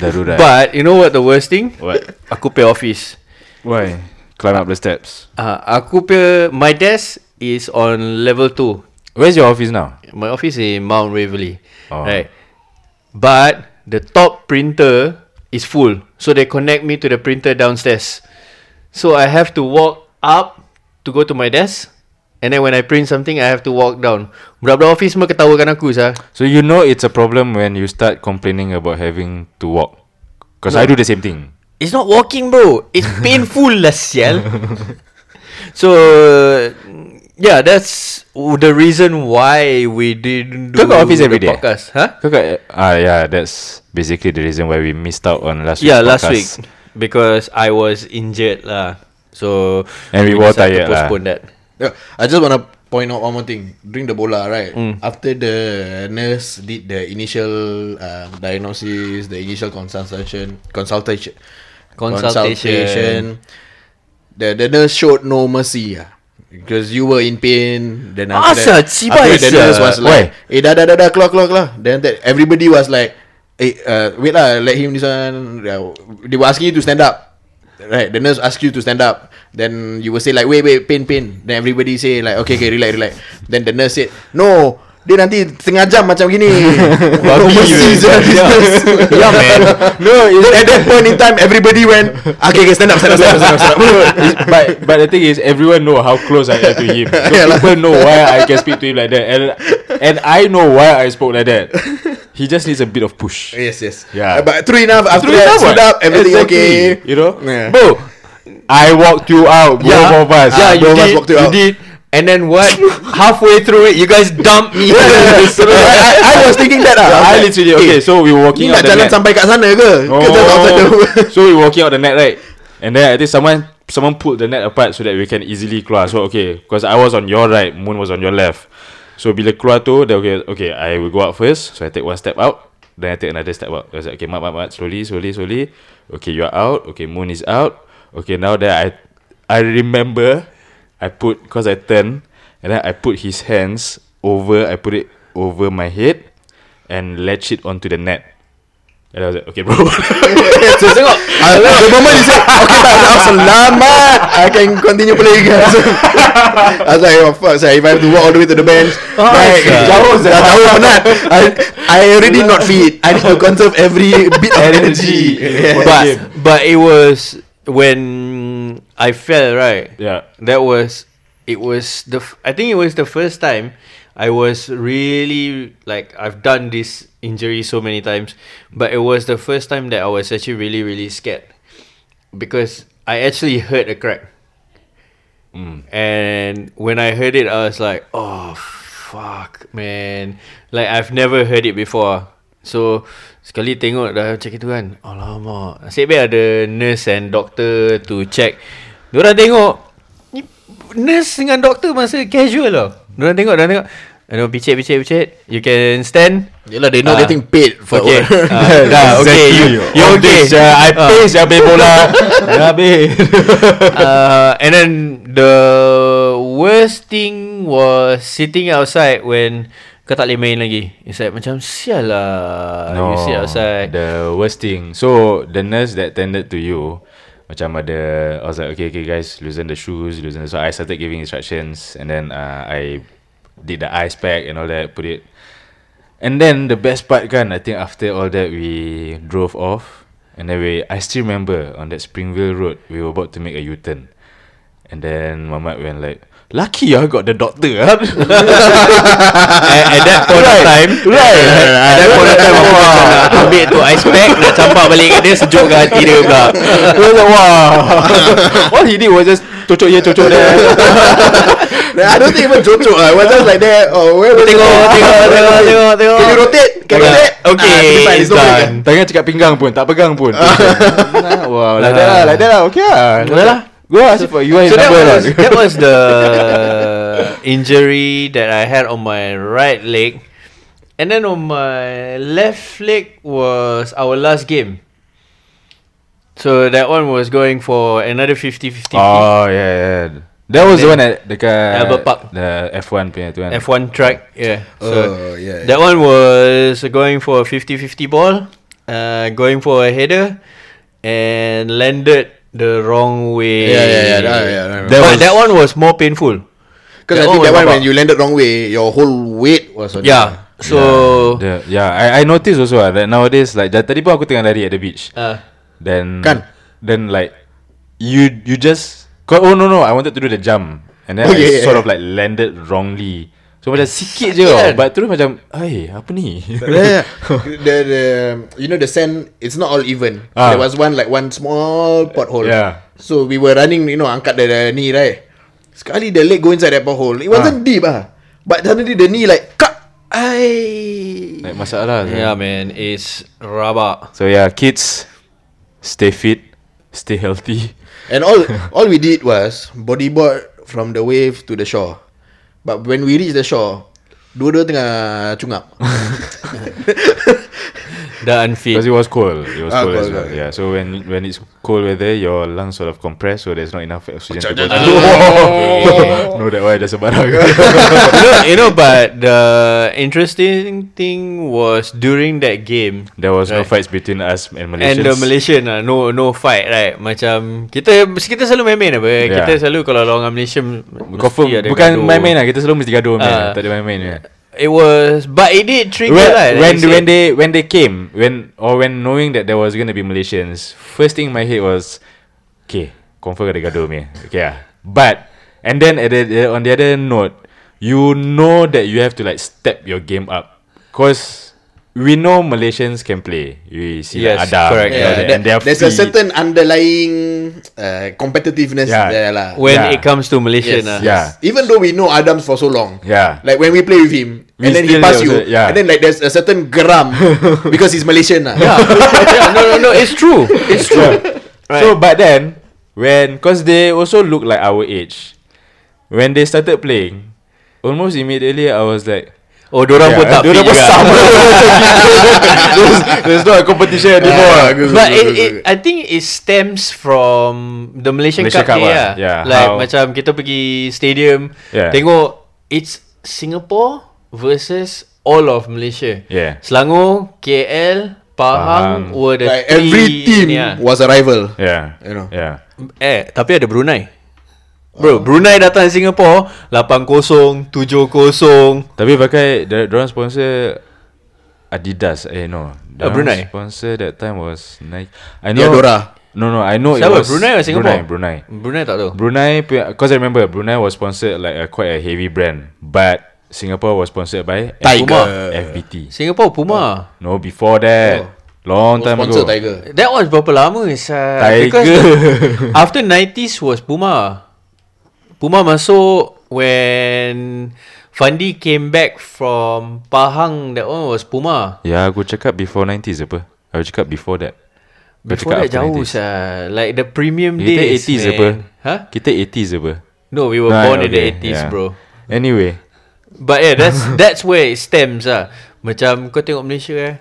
[SPEAKER 1] Darurat
[SPEAKER 2] *laughs* But you know what the worst thing?
[SPEAKER 1] What?
[SPEAKER 2] Aku pay office.
[SPEAKER 1] Why? Climb up the steps
[SPEAKER 2] Ah, aku pay my desk is on level 2.
[SPEAKER 1] Where's your office now?
[SPEAKER 2] My office is in Mount Waverly.
[SPEAKER 1] Oh.
[SPEAKER 2] Right. But the top printer is full. So they connect me to the printer downstairs. So I have to walk up to go to my desk. And then when I print something, I have to walk down. Budak-budak office semua ketawakan aku, sah.
[SPEAKER 1] So you know it's a problem when you start complaining about having to walk Because I do the same thing
[SPEAKER 2] It's not walking, bro.
[SPEAKER 1] *laughs*
[SPEAKER 2] It's painful lah, sial. so, yeah, that's the reason why we didn't do
[SPEAKER 1] Kau kat office every
[SPEAKER 2] the
[SPEAKER 1] day?
[SPEAKER 2] podcast. Huh?
[SPEAKER 1] Kau kat Ah yeah that's basically the reason why we missed out on last
[SPEAKER 2] Yeah,
[SPEAKER 1] week's
[SPEAKER 2] last
[SPEAKER 1] *laughs*
[SPEAKER 2] week
[SPEAKER 1] podcast.
[SPEAKER 2] because I was injured lah. So
[SPEAKER 1] And we were
[SPEAKER 2] decided
[SPEAKER 1] tired lah.
[SPEAKER 2] to postpone that.
[SPEAKER 3] Yeah, I just wanna point out one more thing. During the bola, right? After the nurse did the initial um, diagnosis, the initial consultation, consultation,
[SPEAKER 2] Consultation.
[SPEAKER 3] the the nurse showed no mercy. ah. Because you were in pain. Then
[SPEAKER 2] Ah,
[SPEAKER 3] after that,
[SPEAKER 2] sia, cibai,
[SPEAKER 3] after that, the
[SPEAKER 2] sia.
[SPEAKER 3] nurse was like,
[SPEAKER 1] Why?
[SPEAKER 3] "Eh, dah dah dah dah, keluar keluar keluar." Then that everybody was like, "Eh, uh, wait lah, let him this one." Yeah, They were asking you to stand up. Right, the nurse asked you to stand up. Then you will say like, wait, wait, pain, pain. Then everybody say like, okay, okay, relax, relax. Then the nurse said, no, dia nanti tengah jam macam gini. Baru
[SPEAKER 2] *laughs* Babi,
[SPEAKER 3] mesti
[SPEAKER 2] *laughs*
[SPEAKER 3] je.
[SPEAKER 2] Yeah, man.
[SPEAKER 3] *laughs* No, at that point in time, everybody went, okay, okay, stand up, stand up, stand up, stand up. Stand up.
[SPEAKER 1] *laughs* It's- but but the thing is, everyone know how close I am to him. So
[SPEAKER 3] Yeah lah.
[SPEAKER 1] people know why I can speak to him like that, and and I know why I spoke like that. He just needs a bit of push.
[SPEAKER 3] Yes, yes.
[SPEAKER 1] Yeah.
[SPEAKER 3] Uh, But true enough, after
[SPEAKER 1] True
[SPEAKER 3] that,
[SPEAKER 1] enough,
[SPEAKER 3] stood
[SPEAKER 1] what?
[SPEAKER 3] up, everything
[SPEAKER 1] Exactly.
[SPEAKER 3] okay.
[SPEAKER 1] You know,
[SPEAKER 3] Yeah.
[SPEAKER 1] bro. I walked you out, both
[SPEAKER 2] Yeah,
[SPEAKER 1] of us.
[SPEAKER 2] yeah, you
[SPEAKER 3] both of us
[SPEAKER 2] did,
[SPEAKER 3] walked it
[SPEAKER 2] you
[SPEAKER 3] out.
[SPEAKER 2] did. And then what? Halfway through it, you guys dumped
[SPEAKER 1] *laughs*
[SPEAKER 2] me. *laughs*
[SPEAKER 3] I, I was thinking that lah.
[SPEAKER 1] ah. I literally okay. So we were
[SPEAKER 3] Ni
[SPEAKER 1] walking out
[SPEAKER 3] nak
[SPEAKER 1] the
[SPEAKER 3] jalan
[SPEAKER 1] net.
[SPEAKER 3] sampai kat sana
[SPEAKER 2] *laughs*
[SPEAKER 3] ke? Ke just outside the-
[SPEAKER 1] Oh, *laughs* so we were walking out the net, right? And then I think someone someone pulled the net apart so that we can easily keluar. So okay, because I was on your right, Moon was on your left. So bila keluar tu, then okay, okay, I will go out first. So I take one step out, then I take another step out. I was like, okay, mat, mat, mat, slowly, slowly, slowly. Okay, you are out. Okay, Moon is out. Okay, now that I I remember, I put because I turn and then I put his hands over. I put it over my head and latch it onto the net. And I was like, okay, bro. *laughs*
[SPEAKER 2] so tengok.
[SPEAKER 3] Ah, the moment you say, okay, *laughs* tak,
[SPEAKER 2] *laughs*
[SPEAKER 3] tak, selamat. I can continue playing. So, I was like, oh, fuck, so if I have to walk all the way to the bench,
[SPEAKER 2] Oh,
[SPEAKER 3] like,
[SPEAKER 2] sir.
[SPEAKER 3] jauh, dah jauh
[SPEAKER 2] *laughs*
[SPEAKER 3] penat. I, I already not fit. I need to *laughs* conserve every bit of energy.
[SPEAKER 1] Yes.
[SPEAKER 2] But
[SPEAKER 1] Game.
[SPEAKER 2] but it was when I fell right.
[SPEAKER 1] yeah.
[SPEAKER 2] That was it was the f- I think it was the first time I was really like I've done this injury so many times, but it was the first time that I was actually really really scared because I actually heard a crack. And when I heard it, I was like, "Oh fuck, man!" Like I've never heard it before. So sekali tengok dah macam itu kan. Alamak. Nasib baik ada nurse and doctor to check. Diorang tengok ni nurse dengan doktor masa casual tau. Diorang tengok dah tengok. You know, picit, picit, picit. You can stand.
[SPEAKER 3] Yelah, they
[SPEAKER 2] Ah.
[SPEAKER 3] not getting paid for
[SPEAKER 2] Okay.
[SPEAKER 3] okay. *laughs*
[SPEAKER 2] Ah, dah, okay. You, you okay.
[SPEAKER 1] I
[SPEAKER 3] Ah.
[SPEAKER 1] pay saya beli
[SPEAKER 3] *laughs*
[SPEAKER 1] bola. Ya be.
[SPEAKER 2] *laughs* uh, and then the worst thing was sitting outside when kau tak boleh main lagi. It's like macam sial lah. No, you sit
[SPEAKER 1] Oh,
[SPEAKER 2] outside.
[SPEAKER 1] The worst thing. So the nurse that tended to you macam ada I was like okay okay guys loosen the shoes loosen the, so I started giving instructions and then uh, I did the ice pack and all that put it and then the best part kan I think after all that we drove off and then we I still remember on that Springville road we were about to make a U-turn and then Mamat went like lucky I got the doctor *laughs* ah."
[SPEAKER 2] at, at that point of time Right
[SPEAKER 1] *laughs*
[SPEAKER 2] At that point of time Aku macam nak ambil tu ice pack Nak campak balik kat dia Sejuk ke hati dia *laughs* pula
[SPEAKER 1] wow. *laughs* All he did was just ya, cocok here,
[SPEAKER 2] *laughs*
[SPEAKER 1] cocok there.
[SPEAKER 3] I don't think even Jojo I was just like that Oh where
[SPEAKER 2] *laughs*
[SPEAKER 3] was
[SPEAKER 2] Tengok
[SPEAKER 3] it?
[SPEAKER 2] Tengok Tengok Tengok tengok.
[SPEAKER 3] Can you rotate? Can you
[SPEAKER 2] Yeah.
[SPEAKER 3] rotate?
[SPEAKER 2] Okay,
[SPEAKER 3] Kan Ah, it's fine,
[SPEAKER 2] it's
[SPEAKER 3] no problem.
[SPEAKER 2] done.
[SPEAKER 1] Tangan cakap pinggang pun, tak pegang
[SPEAKER 3] *laughs*
[SPEAKER 1] pun. Nah, wow, like that lah, like that lah. Okay lah.
[SPEAKER 2] Boleh lah.
[SPEAKER 1] Go lah, ask for you and
[SPEAKER 2] So that
[SPEAKER 1] number lah.
[SPEAKER 2] was That
[SPEAKER 1] *laughs*
[SPEAKER 2] was the Injury That I had on my right leg And then on my left leg Was our last game So that one was going for another 50-50
[SPEAKER 1] Oh, yeah, yeah. That was the one at dekat
[SPEAKER 2] Albert Park.
[SPEAKER 1] The F1 punya tu kan.
[SPEAKER 2] F1 track. Yeah. So
[SPEAKER 3] Oh, yeah,
[SPEAKER 2] that one was going for a 50-50 ball, uh, going for a header, and landed the wrong way.
[SPEAKER 3] Yeah, yeah, yeah, that- yeah, that-
[SPEAKER 2] That
[SPEAKER 1] that
[SPEAKER 2] but
[SPEAKER 1] was-
[SPEAKER 2] that one was more painful.
[SPEAKER 3] Because
[SPEAKER 2] That
[SPEAKER 3] I think
[SPEAKER 2] one
[SPEAKER 3] that
[SPEAKER 2] was
[SPEAKER 3] one when
[SPEAKER 2] rabak.
[SPEAKER 3] you landed wrong way, your whole weight was on
[SPEAKER 2] Yeah. So
[SPEAKER 1] The, yeah, I I noticed also ah, that nowadays like dah- tadi pun aku tengah lari at the beach.
[SPEAKER 2] uh,
[SPEAKER 1] Then
[SPEAKER 3] Kan?
[SPEAKER 1] Then like you you just kau, oh no no I wanted to do the jump and then
[SPEAKER 3] Oh,
[SPEAKER 1] I
[SPEAKER 3] yeah, yeah,
[SPEAKER 1] sort
[SPEAKER 3] yeah.
[SPEAKER 1] of like landed wrongly. So macam sikit je
[SPEAKER 2] Sakit
[SPEAKER 1] tau
[SPEAKER 2] kan?
[SPEAKER 1] But terus macam Hey apa ni
[SPEAKER 3] yeah, yeah. *laughs* the the you know the sand it's not all even.
[SPEAKER 1] Ah.
[SPEAKER 3] There was one like one small pothole.
[SPEAKER 1] Yeah.
[SPEAKER 3] So we were running, you know, angkat the, the knee right. Sekali the leg go inside that pothole. It wasn't deep ah, but suddenly the knee like cut. I.
[SPEAKER 1] Like masalah yeah.
[SPEAKER 2] yeah, man, it's rabak.
[SPEAKER 1] So yeah kids Stay fit Stay healthy
[SPEAKER 3] And all all we did was bodyboard from the wave to the shore. But when we reach the shore, dua-dua tengah cungap. *laughs*
[SPEAKER 2] The
[SPEAKER 1] Because
[SPEAKER 2] unfit.
[SPEAKER 1] it was cold It was
[SPEAKER 3] Ah,
[SPEAKER 1] cold, as
[SPEAKER 3] cold,
[SPEAKER 1] well
[SPEAKER 3] cold.
[SPEAKER 1] Yeah so when when it's cold weather Your lungs sort of compress So there's not enough oxygen to go to *laughs* No that why ada *laughs* sebarang
[SPEAKER 2] *laughs* you, know, you know, but the interesting thing was during that game.
[SPEAKER 1] There was no
[SPEAKER 2] Right.
[SPEAKER 1] fights between us and Malaysians
[SPEAKER 2] And the Malaysian lah No no fight right Macam Kita kita selalu main-main apa yeah. Kita selalu kalau lawan dengan Malaysia mesti
[SPEAKER 1] Confirm
[SPEAKER 2] ada
[SPEAKER 1] Bukan
[SPEAKER 2] gaduh.
[SPEAKER 1] main-main lah Kita selalu mesti gaduh uh,
[SPEAKER 2] Ah.
[SPEAKER 1] Tak ada main-main yeah.
[SPEAKER 2] It was But it did trigger
[SPEAKER 1] when,
[SPEAKER 2] lah like
[SPEAKER 1] when, the-
[SPEAKER 2] you said.
[SPEAKER 1] when they when they came when or when knowing that there was gonna be Malaysians, first thing in my head was, okay, confirm ada gaduh me, okay ah. But and then at the, on the other note, you know that you have to like step your game up, cause we know Malaysians can play. We see
[SPEAKER 2] Yes,
[SPEAKER 1] like Adam,
[SPEAKER 2] correct,
[SPEAKER 1] and
[SPEAKER 2] yeah.
[SPEAKER 1] all that,
[SPEAKER 3] Yeah,
[SPEAKER 1] and they are
[SPEAKER 3] there, there's
[SPEAKER 1] free.
[SPEAKER 3] a certain underlying uh, competitiveness
[SPEAKER 1] Yeah.
[SPEAKER 3] there lah.
[SPEAKER 2] When
[SPEAKER 1] Yeah.
[SPEAKER 2] it comes to Malaysian
[SPEAKER 3] Yes,
[SPEAKER 2] lah
[SPEAKER 1] Yeah.
[SPEAKER 3] yes. Even though we know Adams for so long.
[SPEAKER 1] Yeah.
[SPEAKER 3] Like when we play with him
[SPEAKER 1] We
[SPEAKER 3] and then he
[SPEAKER 1] still
[SPEAKER 3] pass
[SPEAKER 1] also-
[SPEAKER 3] you
[SPEAKER 1] yeah.
[SPEAKER 3] and then like there's a certain
[SPEAKER 1] *laughs*
[SPEAKER 3] gram because he's Malaysian lah.
[SPEAKER 2] yeah. *laughs* yeah. No no no It's true It's true *laughs* Right.
[SPEAKER 1] So but then when cause they also look like our age, when they started playing, almost immediately I was like.
[SPEAKER 2] Oh dorang pun tak
[SPEAKER 1] Dia
[SPEAKER 2] fit
[SPEAKER 1] pun
[SPEAKER 2] juga.
[SPEAKER 1] sama
[SPEAKER 2] *laughs*
[SPEAKER 1] there's, there's not a competition anymore
[SPEAKER 3] Ah, good, good,
[SPEAKER 2] But
[SPEAKER 3] good,
[SPEAKER 2] it,
[SPEAKER 3] good,
[SPEAKER 2] it,
[SPEAKER 3] good.
[SPEAKER 2] I think it stems from the Malaysian
[SPEAKER 1] Malaysia
[SPEAKER 2] Malaysia
[SPEAKER 1] Cup
[SPEAKER 2] Cup, here
[SPEAKER 1] lah.
[SPEAKER 2] lah.
[SPEAKER 1] Yeah,
[SPEAKER 2] like
[SPEAKER 1] how-
[SPEAKER 2] macam kita pergi stadium,
[SPEAKER 1] Yeah.
[SPEAKER 2] tengok it's Singapore versus all of Malaysia.
[SPEAKER 1] Yeah.
[SPEAKER 2] Selangor, KL, Pahang,
[SPEAKER 1] Pahang.
[SPEAKER 2] were the
[SPEAKER 3] *laughs* Like
[SPEAKER 2] three
[SPEAKER 3] every team
[SPEAKER 2] ni lah.
[SPEAKER 3] was a rival.
[SPEAKER 1] Yeah
[SPEAKER 3] You know.
[SPEAKER 1] Yeah
[SPEAKER 2] Eh, tapi ada Brunei.
[SPEAKER 3] Ah.
[SPEAKER 2] Bro, Brunei datang Singapore 8-0, 7-0.
[SPEAKER 1] Tapi pakai dia- Diorang sponsor Adidas Eh no Diorang
[SPEAKER 2] Ah, Brunei? Ya,
[SPEAKER 1] sponsor that time was Nike I know
[SPEAKER 3] Diadora.
[SPEAKER 1] No no I know
[SPEAKER 2] Siapa?
[SPEAKER 1] it was
[SPEAKER 2] Brunei or Singapore?
[SPEAKER 1] Brunei Brunei
[SPEAKER 2] Brunei tak tahu.
[SPEAKER 1] Brunei Because I remember Brunei was sponsored Like a, quite a heavy brand But Singapore was sponsored by
[SPEAKER 3] Tiger.
[SPEAKER 1] Puma, FBT
[SPEAKER 2] Singapore Puma.
[SPEAKER 1] No before that
[SPEAKER 3] Oh.
[SPEAKER 1] Long time
[SPEAKER 3] Sponsor
[SPEAKER 1] ago
[SPEAKER 3] Tiger.
[SPEAKER 2] That was berapa lama sah? Because
[SPEAKER 1] Tiger.
[SPEAKER 2] after 90s was Puma. Puma masuk when Fandi came back from Pahang. That one was Puma.
[SPEAKER 1] Ya aku cakap before 90s apa Aku cakap before that Kau
[SPEAKER 2] Before
[SPEAKER 1] cakap
[SPEAKER 2] that
[SPEAKER 1] after
[SPEAKER 2] jauh
[SPEAKER 1] 90s.
[SPEAKER 2] sah. Like the premium
[SPEAKER 1] Kita
[SPEAKER 2] days.
[SPEAKER 1] 80s
[SPEAKER 2] man.
[SPEAKER 1] apa
[SPEAKER 2] Huh?
[SPEAKER 1] Kita 80s apa
[SPEAKER 2] No, we were
[SPEAKER 1] Nah,
[SPEAKER 2] born in the
[SPEAKER 1] okay,
[SPEAKER 2] 80s,
[SPEAKER 1] yeah.
[SPEAKER 2] bro. Oh,
[SPEAKER 1] Anyway
[SPEAKER 2] But yeah, that's
[SPEAKER 1] *laughs*
[SPEAKER 2] that's where it stems ah. Macam kau tengok Malaysia eh.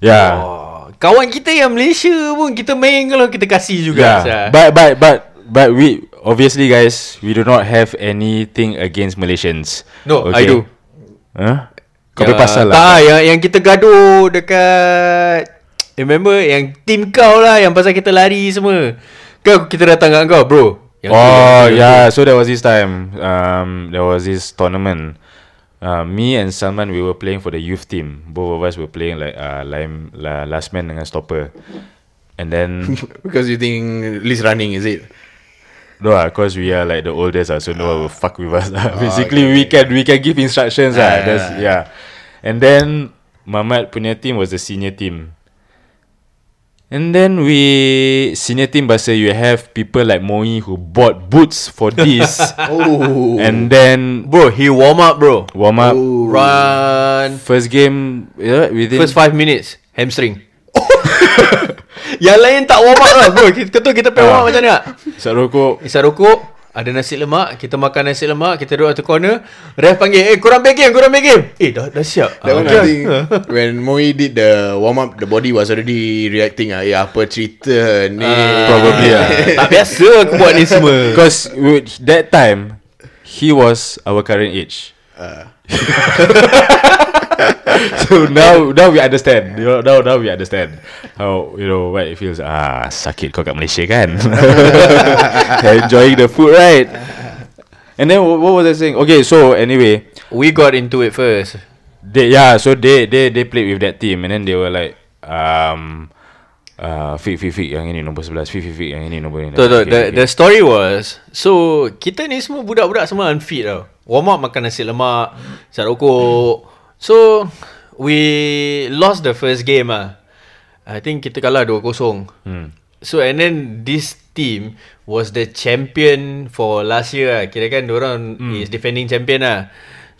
[SPEAKER 1] Yeah.
[SPEAKER 2] Oh, kawan kita yang Malaysia pun kita main kalau kita kasih juga.
[SPEAKER 1] yeah.
[SPEAKER 2] Yeah.
[SPEAKER 1] But but but but we obviously guys, we do not have anything against Malaysians.
[SPEAKER 2] no, okay. I do. Ya,
[SPEAKER 1] Huh? Kau punya
[SPEAKER 2] Yang-
[SPEAKER 1] pasal
[SPEAKER 2] Tak,
[SPEAKER 1] lah.
[SPEAKER 2] yang, yang kita gaduh dekat... eh, Remember yang team kau lah yang pasal kita lari semua. Kau kita datang kat kau, bro. Yang tu,
[SPEAKER 1] Oh
[SPEAKER 2] yang tu, yang
[SPEAKER 1] yeah, so there was this time. Um, there was this tournament. Uh, me and Salman we were playing for the youth team. Both of us were playing like uh, lime, la, last man dengan stopper. And then
[SPEAKER 3] *laughs* Because you think least running is it?
[SPEAKER 1] no, of course we are like the oldest, ah, so no one will fuck with us. ah. *laughs* Basically, we can we can give instructions. ah.
[SPEAKER 2] Ah,
[SPEAKER 1] That's, yeah. And then Mamat punya team was the senior team. And then we senior team bahasa you have people like Moi who bought boots for *laughs* this.
[SPEAKER 3] Oh.
[SPEAKER 1] And then
[SPEAKER 2] Bro, he warm up, bro.
[SPEAKER 1] warm up.
[SPEAKER 2] Run.
[SPEAKER 1] First game, yeah, within
[SPEAKER 2] First 5 minutes,
[SPEAKER 1] *laughs*
[SPEAKER 2] hamstring. yang lain tak warm up lah, bro. Kita tu kita pergi warm up
[SPEAKER 1] Ah.
[SPEAKER 2] macam ni tak?
[SPEAKER 1] isap rokok.
[SPEAKER 2] Isap rokok, ada nasi lemak, kita makan nasi lemak, kita duduk satu corner, ref panggil, eh kurang play game, kurang play game. Eh, dah, dah siap.
[SPEAKER 3] *laughs* That
[SPEAKER 1] *laughs*
[SPEAKER 3] one
[SPEAKER 2] okay.
[SPEAKER 3] I think when Moe did the warm up, the body was already reacting. Ah, yeah, apa cerita ni?
[SPEAKER 1] Probably, *laughs* ah.
[SPEAKER 2] Tak
[SPEAKER 3] *laughs*
[SPEAKER 2] biasa aku buat ni semua.
[SPEAKER 1] Because with that time, he was our current age. *laughs* so now now we understand. You know, now now we understand how you know what it feels. Ah, sakit kau kat Malaysia kan? Enjoying the food, right? And then wh- what was I saying? Okay, so anyway,
[SPEAKER 2] *laughs* We got into it first.
[SPEAKER 1] They yeah, so they they they played with that team and then they were like um uh fit fit fit yang ini nombor 11 fit fit fit yang ini nombor ini.
[SPEAKER 2] Tuh, tuh, the, the story was, so kita ni semua budak-budak semua unfit tau. Warm up makan nasi lemak, isap rokok. So, we lost the first game ah. I think kita kalah 2-0. Hmm. So, and then this team was the champion for last year lah. Kira kan diorang hmm. is defending champion lah.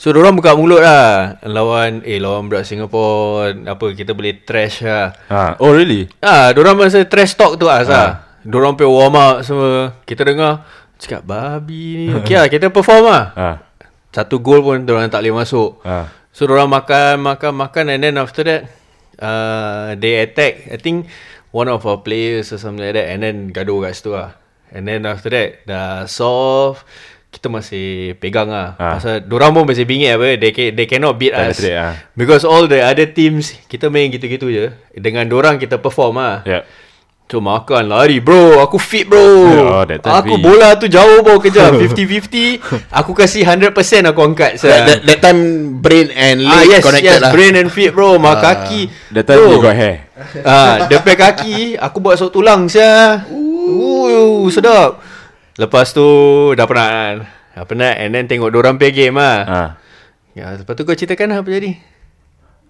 [SPEAKER 2] So, diorang buka mulut lah. Lawan, eh lawan budak Singapore, apa kita boleh trash lah.
[SPEAKER 1] Ah, oh really?
[SPEAKER 2] Ah, diorang masa trash talk tu Azhar. Ah. Diorang pergi warm up semua. Kita dengar cakap babi ni. Okey lah, kita perform lah.
[SPEAKER 1] Ah.
[SPEAKER 2] Satu gol pun diorang tak boleh masuk.
[SPEAKER 1] Ah.
[SPEAKER 2] So diorang makan, makan, makan and then after that uh, they attack. I think one of our players or something like that and then gaduh kat situ lah. And then after that dah soft kita masih pegang lah.
[SPEAKER 1] Ah.
[SPEAKER 2] Pasal diorang pun masih bingit apa. They, ca- they cannot beat
[SPEAKER 1] Tak ada
[SPEAKER 2] us.
[SPEAKER 1] trade lah.
[SPEAKER 2] Because all the other teams kita main gitu-gitu je. Dengan diorang kita perform lah.
[SPEAKER 1] Yeah.
[SPEAKER 2] So makan lari bro Aku fit bro
[SPEAKER 1] Oh, that time
[SPEAKER 2] Aku
[SPEAKER 1] fit.
[SPEAKER 2] bola tu jauh
[SPEAKER 1] *laughs*
[SPEAKER 2] bro kejar 50-50 Aku kasih 100% aku angkat
[SPEAKER 3] That,
[SPEAKER 2] saya.
[SPEAKER 3] that, that time brain and leg
[SPEAKER 2] Ah yes, yes,
[SPEAKER 3] connected lah.
[SPEAKER 2] brain and fit bro, mak kaki.
[SPEAKER 1] That time
[SPEAKER 2] Bro,
[SPEAKER 1] you got
[SPEAKER 3] *laughs*
[SPEAKER 1] hair.
[SPEAKER 2] Ah, depan kaki aku buat sok tulang sia. Ooh, sedap. Lepas tu dah penat. kan? Dah penat and then tengok dorang play game ah.
[SPEAKER 1] Ah.
[SPEAKER 2] Ya, lepas tu kau ceritakan apa jadi?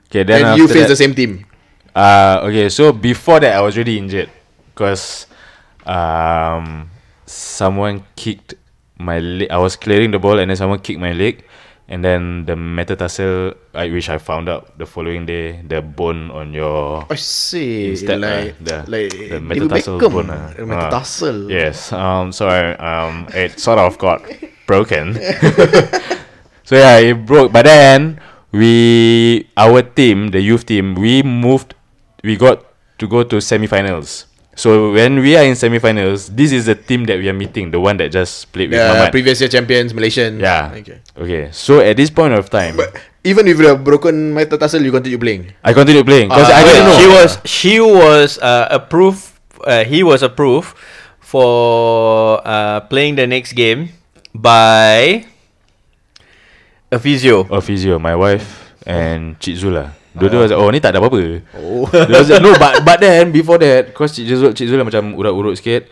[SPEAKER 1] Okay, then
[SPEAKER 3] And
[SPEAKER 1] after
[SPEAKER 3] you face
[SPEAKER 1] that,
[SPEAKER 3] the same team.
[SPEAKER 1] Uh, okay, so before that, I was really injured because um, someone kicked my leg. I was clearing the ball and then someone kicked my leg. And then the metatarsal, I, which I found out the following day, the bone on your
[SPEAKER 3] I see.
[SPEAKER 1] instead
[SPEAKER 3] Oh, like,
[SPEAKER 1] uh, the,
[SPEAKER 3] like
[SPEAKER 1] the
[SPEAKER 3] David
[SPEAKER 1] metatarsal
[SPEAKER 3] Beckham,
[SPEAKER 1] bone. uh,
[SPEAKER 3] the
[SPEAKER 1] uh,
[SPEAKER 3] metatarsal.
[SPEAKER 1] yes. Um. So I, um. It sort of got broken.
[SPEAKER 3] *laughs*
[SPEAKER 1] so yeah, it broke. But then we, our team, the youth team, we moved. We got to go to semifinals. So when we are in semifinals, this is the team that we are meeting, the one that just played with
[SPEAKER 3] The
[SPEAKER 1] Mamat.
[SPEAKER 3] previous year champions, Malaysian.
[SPEAKER 1] yeah.
[SPEAKER 3] Okay.
[SPEAKER 1] Okay. So at this point of time,
[SPEAKER 3] But even if you have broken metatarsal, you continue playing.
[SPEAKER 1] I continued playing because I
[SPEAKER 3] Ah,
[SPEAKER 1] didn't know.
[SPEAKER 2] She was she was uh, approved. Uh, he was approved for uh, playing the next game by a physio.
[SPEAKER 1] A Oh, physio, my wife and Cik Zula. Dua-dua macam, oh ni tak ada apa-apa.
[SPEAKER 3] Oh.
[SPEAKER 1] *laughs* Dia was like, no, but but then before that, cause Cik Zul, Cik Zul macam urat-urut sikit.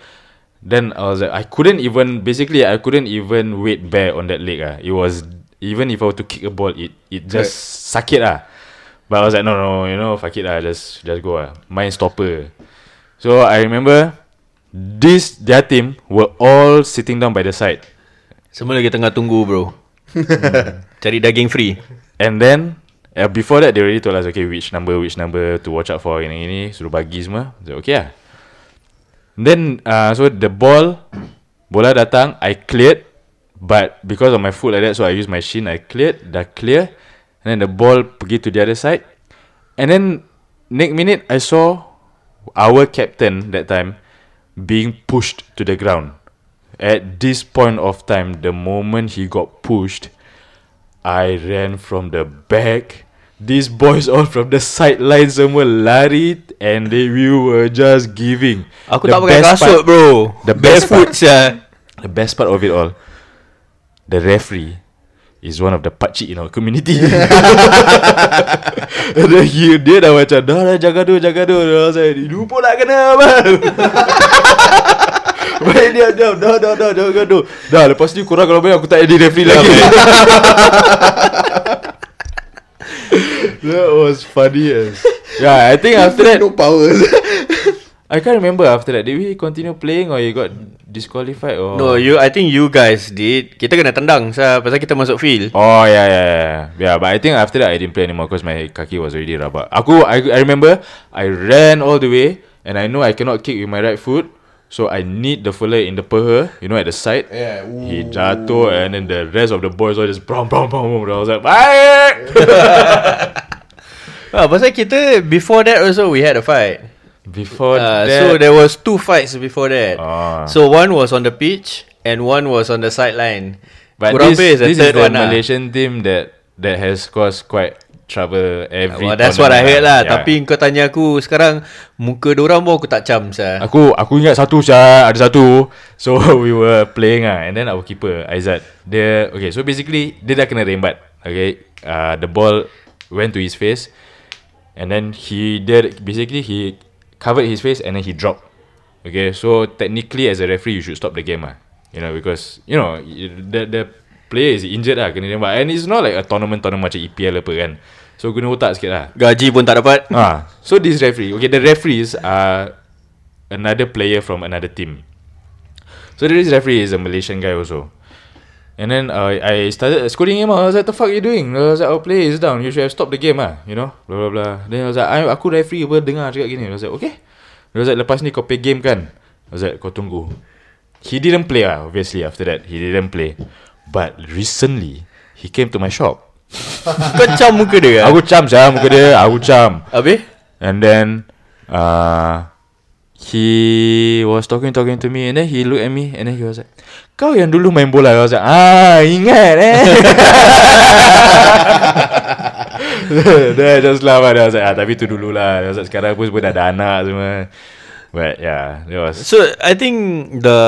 [SPEAKER 1] Then I was like, I couldn't even, basically I couldn't even weight bear on that leg ah. It was, even if I were to kick a ball, it it just sakit ah. But I was like, no, no, you know, fuck it lah, just just go ah. Mind stopper. So I remember, this their team were all sitting down by the side.
[SPEAKER 2] Semua lagi tengah
[SPEAKER 1] *laughs*
[SPEAKER 2] tunggu bro. Cari daging free.
[SPEAKER 1] And then uh, Before that They already told us Okay which number Which number to watch out for Ini ini Suruh bagi semua so, Okay lah Then uh, So the ball Bola datang I cleared But because of my foot like that, so I use my shin. I cleared, dah clear, and then the ball pergi to the other side. And then next minute, I saw our captain that time being pushed to the ground. At this point of time, the moment he got pushed, I ran from the back. These boys all from the sideline semua lari and they we were just giving.
[SPEAKER 2] Aku
[SPEAKER 1] The
[SPEAKER 2] tak pakai
[SPEAKER 1] best part-
[SPEAKER 2] kasut bro
[SPEAKER 1] the best
[SPEAKER 2] Barefoot
[SPEAKER 1] part- *laughs*
[SPEAKER 2] sia
[SPEAKER 1] The best part of it all, the referee is one of the pakcik in our community. *laughs* dia, he, dia dah macam, dah lah jaga tu, jaga tu. Dah saya, lu pun nak kena abang. *laughs* Baik dia, diam, dah, dah, dah, jaga tu. Dah, lepas ni kurang kalau banyak aku tak jadi referee lah, *laughs* lagi. That was funny as. Yeah, I think after that,
[SPEAKER 3] no powers. *laughs*
[SPEAKER 1] I can't remember after that. Did we continue playing or you got disqualified or?
[SPEAKER 2] No you I think you guys did Kita kena tendang sah Pasal kita masuk field
[SPEAKER 1] Oh yeah, yeah, yeah, yeah. But I think after that I didn't play anymore because my kaki was already rubber. Aku, I, I remember I ran all the way and I know I cannot kick with my right foot, so I need the fella in the peha, you know, at the side.
[SPEAKER 3] Yeah,
[SPEAKER 1] He jatuh and then the rest of the boys all just brown, brown, brown, brown. I was like,
[SPEAKER 2] *laughs*
[SPEAKER 1] bye.
[SPEAKER 2] ah, Pasal kita Before that also We had a fight
[SPEAKER 1] Before
[SPEAKER 2] uh,
[SPEAKER 1] that,
[SPEAKER 2] So there was two fights Before that
[SPEAKER 1] Ah.
[SPEAKER 2] So one was on the pitch And one was on the sideline
[SPEAKER 1] but
[SPEAKER 2] Kurang
[SPEAKER 1] this,
[SPEAKER 2] lebih
[SPEAKER 1] this is the
[SPEAKER 2] lah.
[SPEAKER 1] Malaysian team that that has caused quite trouble every.
[SPEAKER 2] Well, that's what I heard
[SPEAKER 1] tournament ah.
[SPEAKER 2] lah
[SPEAKER 1] Yeah.
[SPEAKER 2] Tapi kau tanya aku Sekarang Muka dorang pun aku tak cam sah.
[SPEAKER 1] Aku aku ingat satu sia ada satu. *laughs* So we were playing ah and then our keeper Aizat dia okay so basically dia dah kena rembat. Okay. Uh, the ball went to his face and then he did basically he covered his face and then he dropped. Okay. So technically as a referee you should stop the game ah. You know because you know you- the the player is injured lah kena rembat and it's not like a tournament tournament macam EPL apa kan. So guna otak sikit lah.
[SPEAKER 2] Gaji pun tak
[SPEAKER 1] *laughs*
[SPEAKER 2] dapat
[SPEAKER 1] Ah, so this referee, okay, the referees are another player from another team. So this referee is a Malaysian guy also. And then uh, I started scolding him. ah. I was like, "The fuck you doing?" I was like, "Our player is down. You should have stopped the game, ah. You know, blah blah blah." Then I was like, I, "Aku referee apa dengar cakap gini." I was like, "Okay." I was like, "Lepas ni kau play game kan?" I was like, "Kau tunggu." He didn't play ah. Obviously, after that he didn't play. But recently, he came to my shop.
[SPEAKER 2] Kau cam muka dia kan?
[SPEAKER 1] Aku cam saya muka dia. Aku cam.
[SPEAKER 2] Habis?
[SPEAKER 1] And then uh, he was talking talking to me and then he looked at me and then he was like, "Kau yang dulu main bola." I was like, "Ah, ingat eh." *laughs* Then I just laugh and I was like, ah, tapi tu dulu lah. I was like, sekarang pun semua dah ada anak semua. But yeah, it was.
[SPEAKER 2] So I think the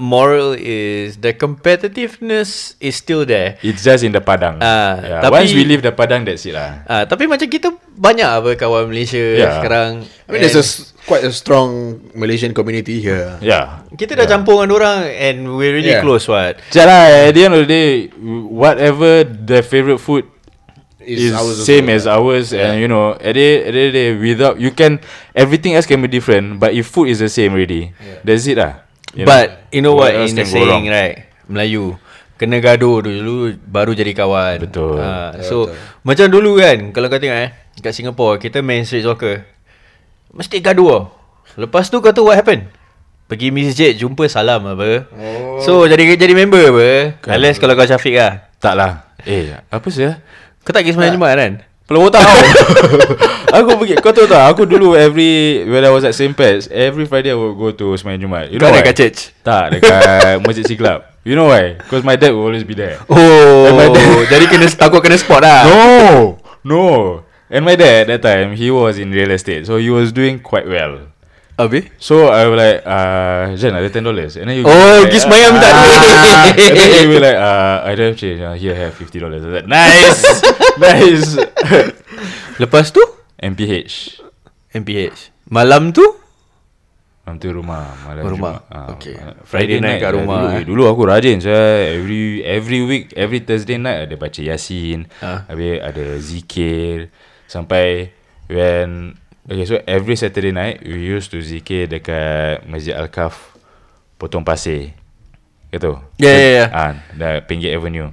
[SPEAKER 2] moral is the competitiveness is still there.
[SPEAKER 1] It's just in the padang.
[SPEAKER 2] Ah,
[SPEAKER 1] yeah.
[SPEAKER 2] tapi-
[SPEAKER 1] Once we leave the padang, that's it lah.
[SPEAKER 2] Ah, tapi macam kita banyak apa kawan Malaysia
[SPEAKER 1] Yeah.
[SPEAKER 2] yeah. sekarang.
[SPEAKER 3] I mean, there's a s- quite a strong Malaysian community here.
[SPEAKER 1] Yeah.
[SPEAKER 2] kita dah yeah. campur dengan orang and we really yeah.
[SPEAKER 3] Yeah.
[SPEAKER 2] close what.
[SPEAKER 1] Sekejap lah, at the end of the day, whatever their favourite food is,
[SPEAKER 3] It's ours also,
[SPEAKER 1] same
[SPEAKER 3] yeah.
[SPEAKER 1] as ours and you know at the, at the end of the day without you can everything else can be different but if food is the same already that's it lah
[SPEAKER 2] You But know, you know what,
[SPEAKER 1] else
[SPEAKER 2] in the
[SPEAKER 1] can go wrong?
[SPEAKER 2] saying right? Melayu kena gaduh dulu baru jadi kawan.
[SPEAKER 1] Betul.
[SPEAKER 2] Ah, so betul. macam dulu kan kalau kau tengok eh kat Singapore kita main street soccer. Mesti gaduh tau. Lepas tu kau tahu what happen? Pergi masjid jumpa salam apa. Oh. So jadi jadi member apa. Kan. Unless kalau kau Syafiq lah.
[SPEAKER 1] tak lah eh apa sih
[SPEAKER 2] Kau tak pergi sembahyang Jumaat kan?
[SPEAKER 1] Pulau Otak *laughs* tau Aku pergi Kau tahu tak Aku dulu every When I was at St. Pat's Every Friday I would go to Semayang Jumat You
[SPEAKER 2] Kau
[SPEAKER 1] know
[SPEAKER 2] ada
[SPEAKER 1] why?
[SPEAKER 2] kat church?
[SPEAKER 1] Tak
[SPEAKER 2] *laughs*
[SPEAKER 1] dekat Masjid Siglap You know why Because my dad will always be there
[SPEAKER 2] Oh, *laughs* jadi kena takut kena spot lah.
[SPEAKER 1] No, no. And my dad that time he was in real estate, so he was doing quite well.
[SPEAKER 2] Abi?
[SPEAKER 1] So I was like, uh, Jen, ada ten dollars. And then you
[SPEAKER 2] Oh, pergi semayang minta duit.
[SPEAKER 1] ah, *laughs* And then you were like, uh, I don't have change. Uh, here have fifty dollars. I was like, nice, *laughs* nice. *laughs*
[SPEAKER 2] Lepas tu
[SPEAKER 1] MPH.
[SPEAKER 2] MPH. Malam tu
[SPEAKER 1] Malam tu rumah malam
[SPEAKER 2] Oh, Rumah.
[SPEAKER 1] Jumaat. Ah,
[SPEAKER 2] Okay.
[SPEAKER 1] malam-
[SPEAKER 2] Friday night kat
[SPEAKER 1] lah.
[SPEAKER 2] rumah,
[SPEAKER 1] dulu,
[SPEAKER 2] eh.
[SPEAKER 1] eh. dulu aku rajin saya every every week every Thursday night ada baca Yasin
[SPEAKER 2] Ah.
[SPEAKER 1] habis ada zikir sampai when okay so every Saturday night we used to zikir dekat Masjid Al-Kaf Potong Pasir gitu
[SPEAKER 2] Yeah, yeah, yeah.
[SPEAKER 1] ah the Pinggir Avenue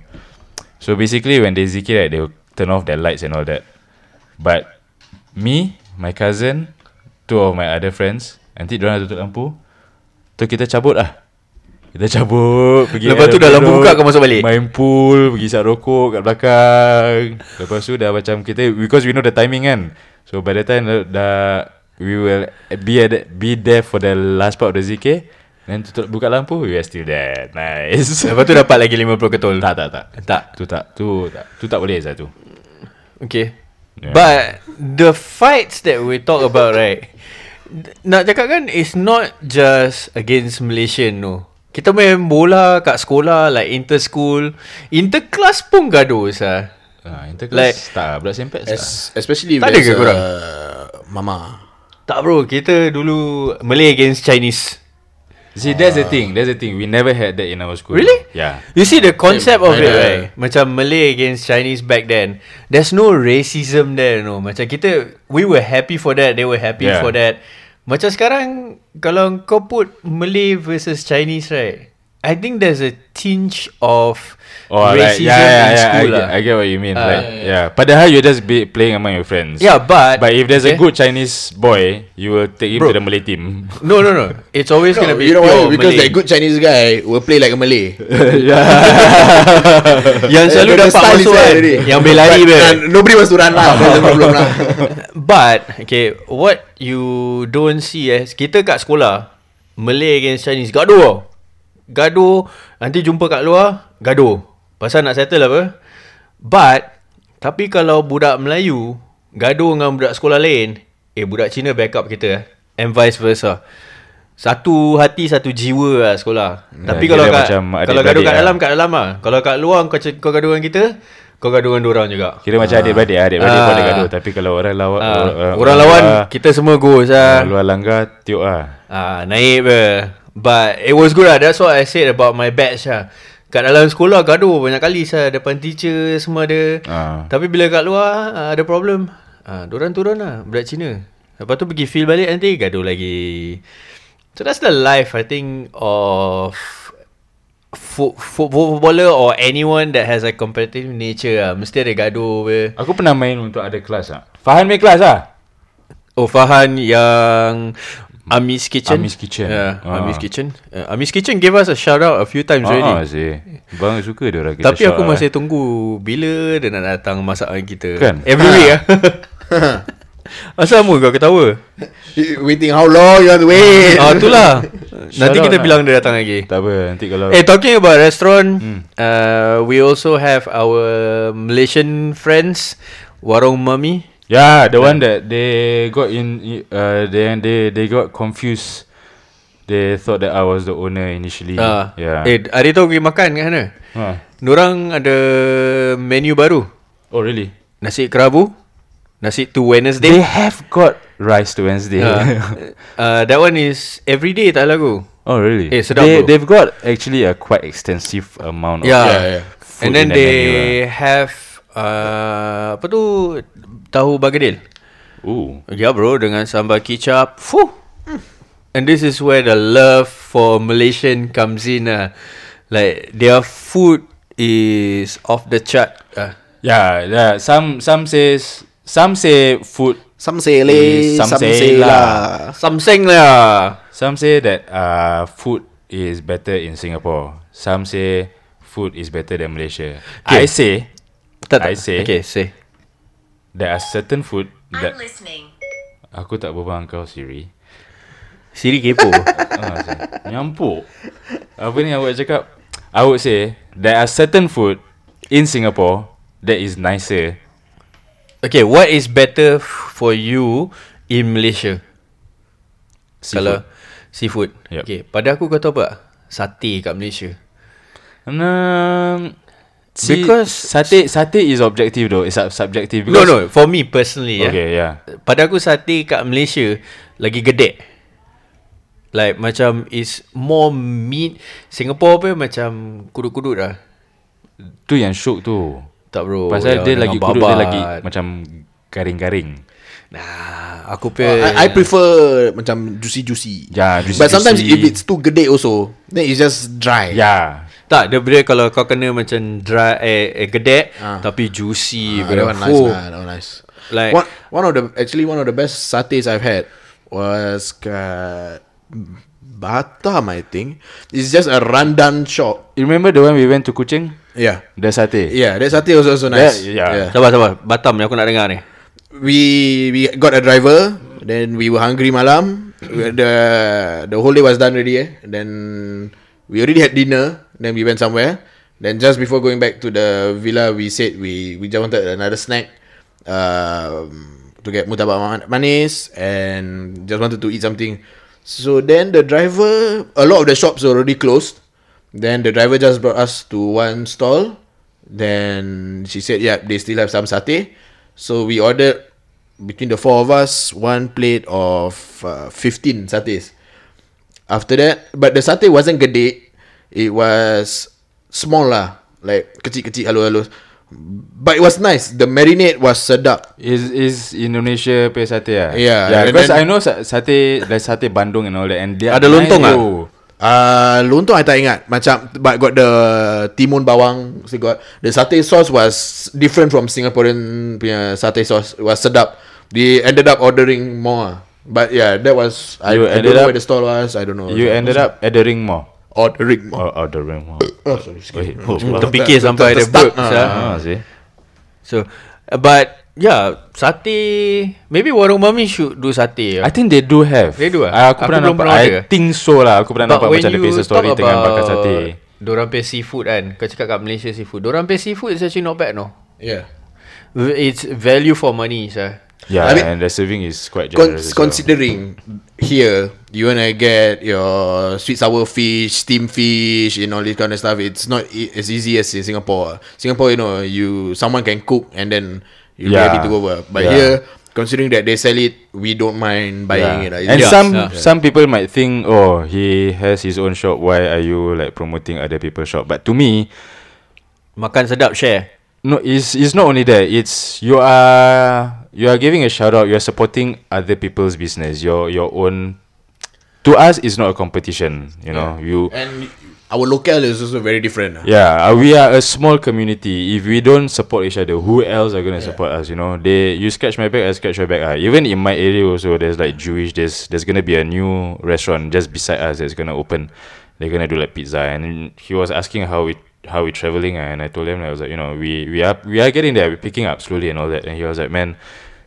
[SPEAKER 1] so basically when they zikir right, they will turn off their lights and all that but me my cousin two of my other friends nanti diorang tutup lampu tu kita cabut lah Kita cabut pergi
[SPEAKER 2] Lepas tu
[SPEAKER 1] air
[SPEAKER 2] dah lampu
[SPEAKER 1] pendek,
[SPEAKER 2] buka kau masuk balik?
[SPEAKER 1] Main pool Pergi isap rokok kat belakang Lepas tu dah macam kita Because we know the timing kan So by the time dah, dah We will be at be there for the last part of the ZK Then tutup buka lampu We are still there Nice
[SPEAKER 2] *laughs* Lepas tu dapat lagi 50 ketol
[SPEAKER 1] Tak tak tak
[SPEAKER 2] Tak
[SPEAKER 1] Tu tak Tu tak, tu tak boleh satu
[SPEAKER 2] Okay
[SPEAKER 1] Yeah.
[SPEAKER 2] yeah. But The fights that we talk about *laughs* right Nak cakap kan It's not just Against Malaysian no Kita main bola Kat sekolah Like inter school Inter class pun gaduh sah
[SPEAKER 1] Ah,
[SPEAKER 2] Like-
[SPEAKER 1] Interclass like, Tak Blood Sempet tak
[SPEAKER 3] Es, especially
[SPEAKER 2] Tak
[SPEAKER 3] if
[SPEAKER 2] ada
[SPEAKER 3] there's
[SPEAKER 2] ke korang?
[SPEAKER 3] a Mama
[SPEAKER 2] Tak bro Kita dulu Malay against Chinese
[SPEAKER 1] See that's the thing That's the thing We never had that in our school
[SPEAKER 2] Ah. Really?
[SPEAKER 1] Yeah
[SPEAKER 2] You see the concept of it
[SPEAKER 3] Yeah.
[SPEAKER 2] right Macam Malay against Chinese back then There's no racism there you know Macam kita We were happy for that They were happy
[SPEAKER 1] Yeah.
[SPEAKER 2] for that Macam sekarang Kalau kau put Malay versus Chinese right I think there's a tinge of
[SPEAKER 1] Oh, like,
[SPEAKER 2] Racism
[SPEAKER 1] yeah, yeah,
[SPEAKER 2] in
[SPEAKER 1] yeah, I,
[SPEAKER 2] school lah
[SPEAKER 1] get- I get what you mean.
[SPEAKER 2] Ah.
[SPEAKER 1] like,
[SPEAKER 2] Yeah,
[SPEAKER 1] yeah, Padahal you just be playing among your friends.
[SPEAKER 2] Yeah, but-
[SPEAKER 1] but if there's a
[SPEAKER 2] okay.
[SPEAKER 1] good Chinese boy, you will take him
[SPEAKER 2] Bro.
[SPEAKER 1] to the Malay
[SPEAKER 2] *laughs*
[SPEAKER 1] team.
[SPEAKER 2] No no no It's always
[SPEAKER 3] No,
[SPEAKER 2] gonna be
[SPEAKER 3] you know why?
[SPEAKER 2] pure
[SPEAKER 3] Because
[SPEAKER 2] Malay.
[SPEAKER 3] that good Chinese guy will play like a Malay.
[SPEAKER 2] Yang selalu
[SPEAKER 3] The- the
[SPEAKER 2] dapat
[SPEAKER 3] style is
[SPEAKER 2] masuk
[SPEAKER 3] there
[SPEAKER 2] kan Ah.
[SPEAKER 3] already.
[SPEAKER 2] Yang berlari
[SPEAKER 3] But,
[SPEAKER 2] ber
[SPEAKER 3] uh, Nobody wants to run lah.
[SPEAKER 1] *laughs*
[SPEAKER 3] That's the problem
[SPEAKER 2] *laughs*
[SPEAKER 3] lah.
[SPEAKER 2] But Okay What you don't see eh Kita kat sekolah Malay against Chinese Gaduh tau Gaduh Nanti jumpa kat luar Gaduh Pasal nak settle apa But Tapi kalau budak Melayu Gaduh dengan budak sekolah lain Eh budak Cina backup kita eh And vice versa Satu hati Satu jiwa lah sekolah
[SPEAKER 1] Ya,
[SPEAKER 2] Tapi
[SPEAKER 1] kira
[SPEAKER 2] kalau kat,
[SPEAKER 1] macam adik-beradik
[SPEAKER 2] Kalau gaduh kat
[SPEAKER 1] lah.
[SPEAKER 2] dalam Kat dalam lah Kalau kat luar kau, ce- kau gaduh dengan kita Kau gaduh dengan dorang juga
[SPEAKER 1] *laughs* Kira macam adik-beradik lah, Adik-beradik pun ada
[SPEAKER 2] Ah.
[SPEAKER 1] gaduh Tapi kalau orang uh, lawan
[SPEAKER 2] Ah, orang lawan kita semua goes
[SPEAKER 1] luar,
[SPEAKER 2] ah.
[SPEAKER 1] luar langgar Tiup lah
[SPEAKER 2] Ah, naik ber. But it was good lah. That's what I said about my batch lah. Kat dalam sekolah gaduh banyak kali sah depan teacher semua ada.
[SPEAKER 1] Ah.
[SPEAKER 2] Tapi bila kat luar ah, ada problem. Ah, dorang turun lah budak Cina. Lepas tu pergi field balik nanti gaduh lagi. So that's the life I think of fo- fo- footballer or anyone that has a competitive nature lah. Mesti ada gaduh ber.
[SPEAKER 1] Aku pernah main untuk ada kelas lah Fahan main kelas lah
[SPEAKER 2] Oh Fahan yang Amis Kitchen
[SPEAKER 1] Amis Kitchen.
[SPEAKER 2] yeah,
[SPEAKER 1] Ah.
[SPEAKER 2] Amis Kitchen uh, Amis Kitchen gave us a shout out a few times
[SPEAKER 1] Ah,
[SPEAKER 2] already
[SPEAKER 1] sih. Bang suka dia orang kita
[SPEAKER 2] Tapi
[SPEAKER 1] shout
[SPEAKER 2] aku
[SPEAKER 1] lah,
[SPEAKER 2] masih tunggu Bila dia nak datang masakan kita
[SPEAKER 1] Kan?
[SPEAKER 2] Every week lah *laughs* Asal mu kau ketawa
[SPEAKER 3] You- Waiting how long you want to wait?
[SPEAKER 2] *laughs* Ah itulah Nanti
[SPEAKER 1] Shout out
[SPEAKER 2] kita
[SPEAKER 1] lah.
[SPEAKER 2] bilang dia datang lagi
[SPEAKER 1] Tak apa Nanti kalau
[SPEAKER 2] Eh talking about restaurant
[SPEAKER 1] Hmm.
[SPEAKER 2] uh, We also have our Malaysian friends Warung Mami
[SPEAKER 1] Yeah, the one that they got in, uh, they they they got confused. They thought that I was the owner initially.
[SPEAKER 2] Ah.
[SPEAKER 1] yeah.
[SPEAKER 2] Eh hari tu pergi makan kat sana
[SPEAKER 1] Huh.
[SPEAKER 2] Diorang ada menu baru
[SPEAKER 1] Oh really?
[SPEAKER 2] Nasi kerabu Nasi tu
[SPEAKER 1] They,
[SPEAKER 2] Wednesday
[SPEAKER 1] have got rice to Wednesday.
[SPEAKER 2] *laughs* uh, uh, That one is Every day tak lagu
[SPEAKER 1] *laughs* oh really?
[SPEAKER 2] Eh, sedap
[SPEAKER 1] they
[SPEAKER 2] bro.
[SPEAKER 1] they've got actually a quite extensive amount.
[SPEAKER 2] Yeah,
[SPEAKER 1] Of
[SPEAKER 3] Yeah, yeah.
[SPEAKER 1] Food
[SPEAKER 2] And
[SPEAKER 1] in
[SPEAKER 2] then
[SPEAKER 1] that
[SPEAKER 2] they have uh, Apa tu Tahu bagadil
[SPEAKER 1] uh. Ooh.
[SPEAKER 2] Ya yeah, bro Dengan sambal kicap Fuh And this is where the love For Malaysian comes in uh. Like Their food Is Off the chart uh.
[SPEAKER 1] Yeah, yeah. Some some says some say food.
[SPEAKER 3] Some say leh,
[SPEAKER 2] Eh,
[SPEAKER 1] Some
[SPEAKER 3] some,
[SPEAKER 1] say
[SPEAKER 3] say
[SPEAKER 1] lah.
[SPEAKER 2] Uh.
[SPEAKER 3] lah.
[SPEAKER 2] Something lah
[SPEAKER 1] Some say that uh food is better in Singapore. Some say food is better than Malaysia. I
[SPEAKER 2] Okay.
[SPEAKER 1] say
[SPEAKER 2] Tak,
[SPEAKER 1] I
[SPEAKER 2] tak.
[SPEAKER 1] say.
[SPEAKER 2] Okay say
[SPEAKER 1] there are certain food that
[SPEAKER 4] I'm listening.
[SPEAKER 1] Aku tak berbual dengan kau Siri
[SPEAKER 2] Siri kepo *laughs*
[SPEAKER 1] ah, Siri. Nyampuk Apa ni awak cakap I would say There are certain food In Singapore That is nicer
[SPEAKER 2] Okay, what is better f- for you in Malaysia?
[SPEAKER 1] Seafood.
[SPEAKER 2] Kalau seafood.
[SPEAKER 1] Yup.
[SPEAKER 2] Okay, pada aku kau tahu apa? Sate kat Malaysia.
[SPEAKER 1] um, see,
[SPEAKER 2] Because-
[SPEAKER 1] Sate Sate is objective though It's sub- subjective
[SPEAKER 2] No,
[SPEAKER 1] because,
[SPEAKER 2] no. For me personally, yeah.
[SPEAKER 1] Okay yeah
[SPEAKER 2] Pada aku sate kat Malaysia lagi gede. Like macam is more meat. Singapore pun macam kudut-kudut lah.
[SPEAKER 1] Tu yang syuk tu
[SPEAKER 2] Tak
[SPEAKER 1] oh,
[SPEAKER 2] bro.
[SPEAKER 1] Pasal
[SPEAKER 2] yang
[SPEAKER 1] dia
[SPEAKER 2] dengan
[SPEAKER 1] lagi kuduk Dia
[SPEAKER 2] babat.
[SPEAKER 1] lagi macam Garing-garing
[SPEAKER 2] Nah,
[SPEAKER 1] Oh,
[SPEAKER 2] aku pun.
[SPEAKER 3] I, I prefer macam juicy juicy.
[SPEAKER 2] Ya,
[SPEAKER 1] Yeah, juicy,
[SPEAKER 3] But sometimes
[SPEAKER 1] juicy.
[SPEAKER 3] if it's too gede also, then it's just
[SPEAKER 2] Ya,
[SPEAKER 3] dry.
[SPEAKER 1] Yeah
[SPEAKER 2] Tak, dia boleh kalau kau kena macam dry, eh, eh gedek
[SPEAKER 3] Ah.
[SPEAKER 2] tapi juicy.
[SPEAKER 3] Ah, that one nice,
[SPEAKER 2] Oh,
[SPEAKER 3] lah, that one nice.
[SPEAKER 2] Like-
[SPEAKER 3] one, one of the actually one of the best satays I've had was kat Batam, I think. It's just a rundown shop.
[SPEAKER 1] You remember the one we went to Kuching?
[SPEAKER 3] Yeah.
[SPEAKER 1] The satay.
[SPEAKER 3] Yeah, that satay was also nice.
[SPEAKER 1] Yeah, yeah.
[SPEAKER 2] Sabar sabar Batam ni aku nak dengar ni
[SPEAKER 3] We we got a driver. Then we were hungry malam. the the whole day was done already. Eh? Then we already had dinner. Then we went somewhere. Then just before going back to the villa, we said we we just wanted another snack. Um, to get mutabak ma- manis and just wanted to eat something. So then the driver, a lot of the shops were already closed. Then the driver just brought us to one stall. Then she said, yeah, they still have some satay. So we ordered, between the four of us, one plate of uh, 15 satays. After that, but the satay wasn't gede. It was small lah. Like kecil-kecil halus-halus. But it was nice. The marinade was sedap.
[SPEAKER 1] Is is Indonesia pay satay ah?
[SPEAKER 3] Yeah,
[SPEAKER 1] yeah.
[SPEAKER 3] and
[SPEAKER 1] Because I
[SPEAKER 3] then-
[SPEAKER 1] know sa- satay, like satay Bandung and all that, and they are
[SPEAKER 2] Ada lontong
[SPEAKER 1] nice,
[SPEAKER 2] ah?
[SPEAKER 1] yo.
[SPEAKER 3] Uh, lontong I tak ingat Macam But got the Timun bawang Still got The satay sauce was Different from Singaporean punya Satay sauce It was sedap We ended up ordering more ah. But yeah That was I,
[SPEAKER 1] You
[SPEAKER 3] I
[SPEAKER 1] ended
[SPEAKER 3] don't know
[SPEAKER 1] up-
[SPEAKER 3] where the stall was I don't know
[SPEAKER 1] You ended up ordering more.
[SPEAKER 3] Ordering more
[SPEAKER 1] Or ordering more.
[SPEAKER 3] Oh, sorry, excuse
[SPEAKER 1] Wait, oh, wow.
[SPEAKER 2] Terfikir sampai ada
[SPEAKER 3] Terstuck,
[SPEAKER 2] burp sia.
[SPEAKER 1] Ah, see.
[SPEAKER 2] So uh, But Yeah Satay Maybe warung mami should do ya. satay
[SPEAKER 1] I think they do have.
[SPEAKER 2] They do ah?
[SPEAKER 1] Ah, aku,
[SPEAKER 2] Aku
[SPEAKER 1] pernah
[SPEAKER 2] belum
[SPEAKER 1] nampak.
[SPEAKER 2] pernah
[SPEAKER 1] I
[SPEAKER 2] order.
[SPEAKER 1] think so lah. Aku pernah nampak
[SPEAKER 2] when
[SPEAKER 1] macam ada
[SPEAKER 2] you
[SPEAKER 1] Facebook story
[SPEAKER 2] talk
[SPEAKER 1] tengah
[SPEAKER 2] about
[SPEAKER 1] bakar satay.
[SPEAKER 2] Dorang pay seafood kan Kau cakap kat Malaysia seafood Dorang pay seafood is actually not bad no
[SPEAKER 3] Yeah
[SPEAKER 2] It's value for money sah.
[SPEAKER 1] Yeah,
[SPEAKER 3] I mean-
[SPEAKER 1] and the serving is quite
[SPEAKER 3] Con-
[SPEAKER 1] generous. as well.
[SPEAKER 3] considering here you wanna get your sweet sour fish, steamed fish, and all this kind of stuff, it's not e- as easy as in Singapore. Singapore, you know, you someone can cook and then you
[SPEAKER 1] Yeah.
[SPEAKER 3] ready to go over. But
[SPEAKER 1] Yeah.
[SPEAKER 3] here, considering that they sell it, we don't mind
[SPEAKER 1] Yeah.
[SPEAKER 3] buying it. lah. It's
[SPEAKER 1] And
[SPEAKER 3] just-
[SPEAKER 1] some
[SPEAKER 2] yeah.
[SPEAKER 1] some people might think, oh, he has his own shop. Why are you like promoting other people's shop? But to me,
[SPEAKER 2] Makan sedap share
[SPEAKER 1] no, it's it's not only that. It's you are you are giving a shout out. You are supporting other people's business. Your your own. To us, it's not a competition. You know, you
[SPEAKER 3] and our local is also very different. ah. lah.
[SPEAKER 1] Yeah, uh, we are a small community. If we don't support each other, who else are gonna support us? You know, they you scratch my back, I scratch your back. Ah, even in my area also, there's like Jewish. There's there's gonna be a new restaurant just beside us that's gonna open. They're gonna do like pizza, and he was asking how we how we traveling, ah, and I told him I was like, you know, we we are we are getting there, we're picking up slowly and all that. And he was like, man,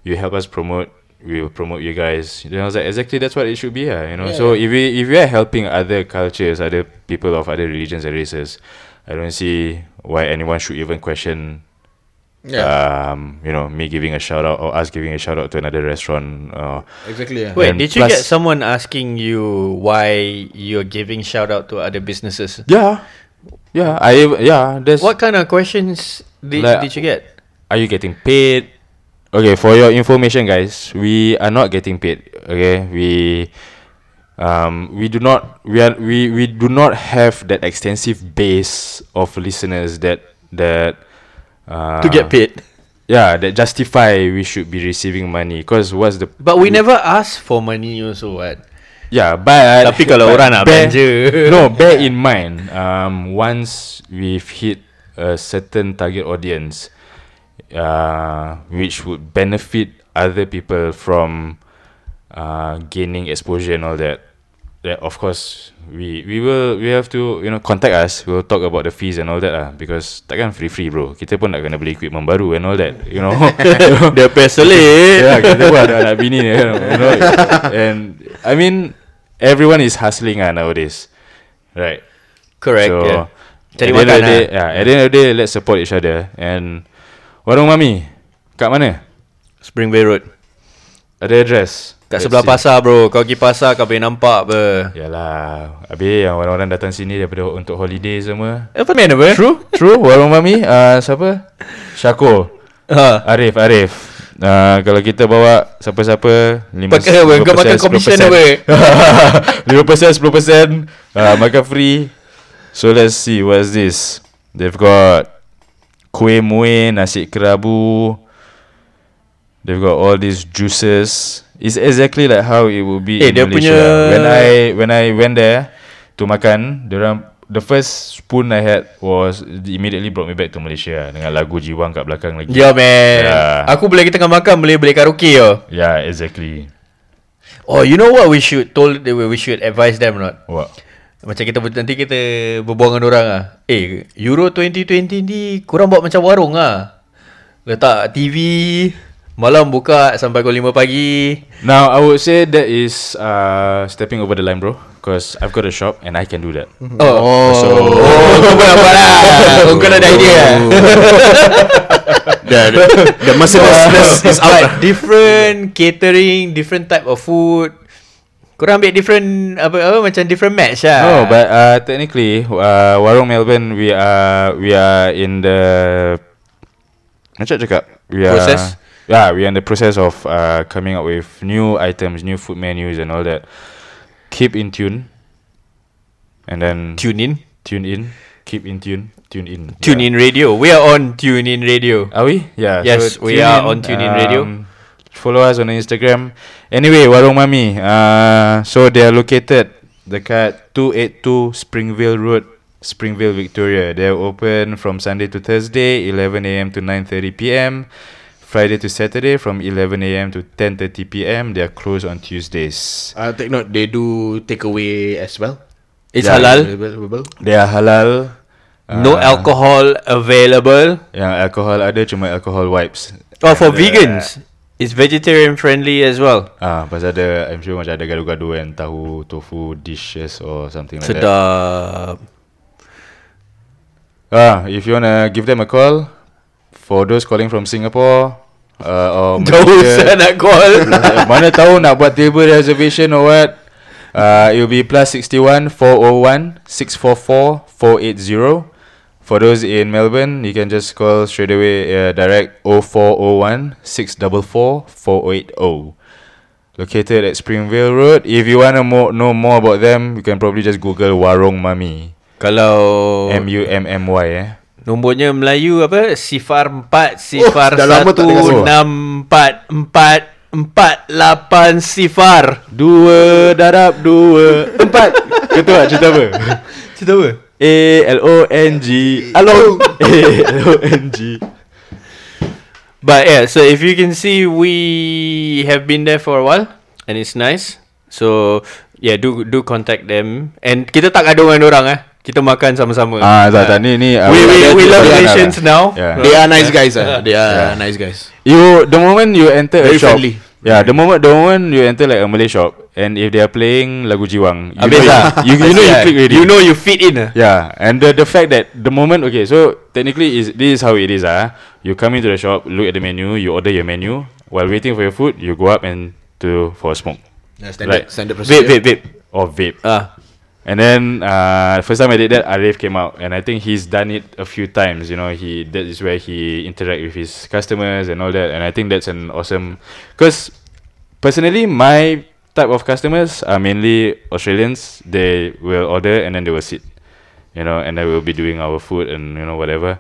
[SPEAKER 1] you help us promote. We will promote you guys. Then I was like, exactly, that's what it should be, ah, you know. so if we if we are helping other cultures, other people of other religions and races, I don't see why anyone should even question
[SPEAKER 3] Yeah,
[SPEAKER 1] um, you know, me giving a shout out or us giving a shout out to another restaurant. Uh,
[SPEAKER 3] exactly. Yeah.
[SPEAKER 2] Wait
[SPEAKER 1] And
[SPEAKER 2] did you
[SPEAKER 1] plus-
[SPEAKER 2] get someone asking you Why you're giving shout out to other businesses
[SPEAKER 1] yeah. Yeah, I ev- yeah, there's
[SPEAKER 2] What kind of questions Did,
[SPEAKER 1] Like-
[SPEAKER 2] did you get
[SPEAKER 1] are you getting paid? Okay, for your information guys, we are not getting paid. Okay? We um we do not we are we, we do not have that extensive base of listeners that that uh,
[SPEAKER 2] To get paid
[SPEAKER 1] yeah that justify we should be receiving money because what's the
[SPEAKER 2] But we never ask for money also what
[SPEAKER 1] Yeah, but
[SPEAKER 2] Tapi kalau
[SPEAKER 1] but
[SPEAKER 2] orang nak
[SPEAKER 1] bear-
[SPEAKER 2] belanja.
[SPEAKER 1] No, bear in mind, um, once we've hit a certain target audience, uh, which would benefit other people from uh, gaining exposure and all that. That of course we we will we have to you know contact us. We'll talk about the fees and all that lah because takkan free free bro. Kita pun nak kena beli equipment baru and all that. You
[SPEAKER 2] *laughs*
[SPEAKER 1] know.
[SPEAKER 2] The best selit
[SPEAKER 1] yeah, kita pun ada anak bini ni, you know, you know. And I mean everyone is hustling ah nowadays. Right.
[SPEAKER 2] Correct
[SPEAKER 1] so
[SPEAKER 2] yeah. Cari
[SPEAKER 1] at the end of
[SPEAKER 2] makan
[SPEAKER 1] the day, yeah, at the end of the day let's support each other and Warung Mami kat mana?
[SPEAKER 2] Spring Bay Road
[SPEAKER 1] Ada address.
[SPEAKER 2] Kat sebelah pasar bro Kau pergi pasar kau boleh nampak apa
[SPEAKER 1] Yalah Habis yang orang-orang datang sini Daripada untuk holiday semua
[SPEAKER 2] Apa mana apa? True
[SPEAKER 1] True Warung Mami uh, Siapa? Syakul
[SPEAKER 2] ha.
[SPEAKER 1] Arif Arif uh, Kalau kita bawa Siapa-siapa lima-
[SPEAKER 2] Pakai apa? Kau
[SPEAKER 1] 10%,
[SPEAKER 2] makan commission
[SPEAKER 1] 10%. *laughs* 5%
[SPEAKER 2] apa?
[SPEAKER 1] 10% uh, Makan free So let's see What's this They've got Kuih muih Nasi kerabu They've got all these juices It's exactly like how it will be
[SPEAKER 2] Eh,
[SPEAKER 1] in
[SPEAKER 2] dia
[SPEAKER 1] Malaysia
[SPEAKER 2] punya-
[SPEAKER 1] lah. When I when I went there To makan Diorang The first spoon I had Was Immediately brought me back to Malaysia lah, Dengan lagu Jiwang kat belakang
[SPEAKER 2] Ya
[SPEAKER 1] lagi
[SPEAKER 2] Yeah man
[SPEAKER 1] Yeah.
[SPEAKER 2] Aku boleh kita tengah makan Boleh beli karaoke yo.
[SPEAKER 1] Yeah, exactly
[SPEAKER 2] Oh, you know what we should told we should advise them or not?
[SPEAKER 1] What?
[SPEAKER 2] Macam kita nanti kita berbual dengan orang ah. Eh, Euro 2020 ni kurang buat macam warung ah. Letak TV malam buka sampai pukul 5 pagi.
[SPEAKER 1] Now I would say that is uh, stepping over the line, bro. Because I've got a shop and I can do that.
[SPEAKER 2] Oh.
[SPEAKER 1] So
[SPEAKER 2] Oh, kau pun dapat lah.
[SPEAKER 1] Oh.
[SPEAKER 2] Kau kena dah idea.
[SPEAKER 3] *laughs*
[SPEAKER 2] lah.
[SPEAKER 3] the, the, the
[SPEAKER 1] *laughs*
[SPEAKER 2] *laughs*
[SPEAKER 3] mercilessness is out.
[SPEAKER 2] But different catering, different type of food. Korang ambil different apa apa macam different match lah.
[SPEAKER 1] no, but uh, technically, uh, Warung Melbourne, we are we are in the macam cakap we are
[SPEAKER 2] Process?
[SPEAKER 1] yeah we are in the process of uh, coming up with new items, new food menus and all that. Keep in tune, and then
[SPEAKER 2] tune in.
[SPEAKER 1] tune in. Keep in tune. Tune in.
[SPEAKER 2] Tune
[SPEAKER 1] yeah.
[SPEAKER 2] in radio. We are on Tune in radio.
[SPEAKER 1] Are we? Yeah.
[SPEAKER 2] Yes, we
[SPEAKER 1] tune um,
[SPEAKER 2] are on Tune In Radio.
[SPEAKER 1] Follow us on Instagram. Anyway, Warung Mami. Uh, so they are located dekat 282 Springvale Road, Springvale, Victoria. They are open from Sunday to Thursday, 11 a.m. to 9:30 p.m. Friday to Saturday from 11 a.m. to 10:30 p.m. They are closed on Tuesdays.
[SPEAKER 3] Uh, take note, they do takeaway as well.
[SPEAKER 2] It's
[SPEAKER 1] Yeah.
[SPEAKER 2] halal.
[SPEAKER 3] Available.
[SPEAKER 1] They are halal.
[SPEAKER 2] No
[SPEAKER 1] Uh,
[SPEAKER 2] alcohol available.
[SPEAKER 1] Yang alcohol ada cuma alcohol wipes.
[SPEAKER 2] Oh, for
[SPEAKER 1] Ada-
[SPEAKER 2] vegans, it's vegetarian friendly as well.
[SPEAKER 1] Ah, pasal ada I'm sure macam ada gaduh-gaduh kan tahu tofu dishes or something like that.
[SPEAKER 2] Sedap. *laughs*
[SPEAKER 1] Ah, if you wanna give them a call for those calling from Singapore uh, or
[SPEAKER 2] Jauh
[SPEAKER 1] Malaysia,
[SPEAKER 2] saya nak *laughs* call.
[SPEAKER 1] uh, *laughs* mana tahu nak buat table reservation or what. Uh, it will be plus oh 61 401 644 480. For those in Melbourne, you can just call straight away uh, direct 0401 644 480. oh. Located at Springvale Road. If you want to mo- know more about them, you can probably just Google Warung Mami.
[SPEAKER 2] Kalau
[SPEAKER 1] M U M M Y eh.
[SPEAKER 2] Nombornya Melayu apa? Sifar 4, sifar
[SPEAKER 3] Oh, dah lama tak dengar
[SPEAKER 2] oh, 1,
[SPEAKER 3] sifar.
[SPEAKER 2] 6, 4, 4, 4, 8, sifar.
[SPEAKER 1] Dua darab dua empat. Kau tahu tak cerita *laughs* apa?
[SPEAKER 2] Cerita apa?
[SPEAKER 1] A L O N G. *laughs* Eh,
[SPEAKER 2] *laughs*
[SPEAKER 1] Along. A L O N G.
[SPEAKER 2] But yeah, so if you can see, we have been there for a while and it's nice. So yeah, do do contact them. And kita tak ada dengan orang eh. Kita makan sama-sama.
[SPEAKER 1] Ah, tak tak ni ni. ah,
[SPEAKER 2] we we, we love
[SPEAKER 1] dia- dia-
[SPEAKER 2] Malaysians
[SPEAKER 1] dia-
[SPEAKER 2] now. Uh,
[SPEAKER 1] Yeah.
[SPEAKER 3] They are nice guys. ah. They are
[SPEAKER 1] Yeah.
[SPEAKER 3] nice guys.
[SPEAKER 1] You the moment you enter a
[SPEAKER 3] Very
[SPEAKER 1] shop.
[SPEAKER 3] friendly.
[SPEAKER 1] Yeah, the moment the moment you enter like a Malay shop and if they are playing lagu Jiwang, you
[SPEAKER 2] Habis
[SPEAKER 1] know,
[SPEAKER 2] lah.
[SPEAKER 1] you, you
[SPEAKER 2] *laughs*
[SPEAKER 1] know you click already.
[SPEAKER 2] You know you fit in. ah.
[SPEAKER 1] Yeah, and the the fact that the moment okay, so technically is this is how it is ah. You come into the shop, look at the menu, you order your menu. While waiting for your food, you go up and to for a smoke
[SPEAKER 3] Yeah,
[SPEAKER 1] standard-
[SPEAKER 3] standard,
[SPEAKER 1] Right.
[SPEAKER 3] standard
[SPEAKER 2] Babe, babe, babe.
[SPEAKER 1] or vape.
[SPEAKER 2] Ah,
[SPEAKER 1] And then uh, first time I did that, Arif came out, and I think he's done it a few times. You know, he that is where he interact with his customers and all that. And I think that's an awesome, because personally, my type of customers are mainly Australians. They will order and then they will sit, you know, and then we'll be doing our food and you know whatever.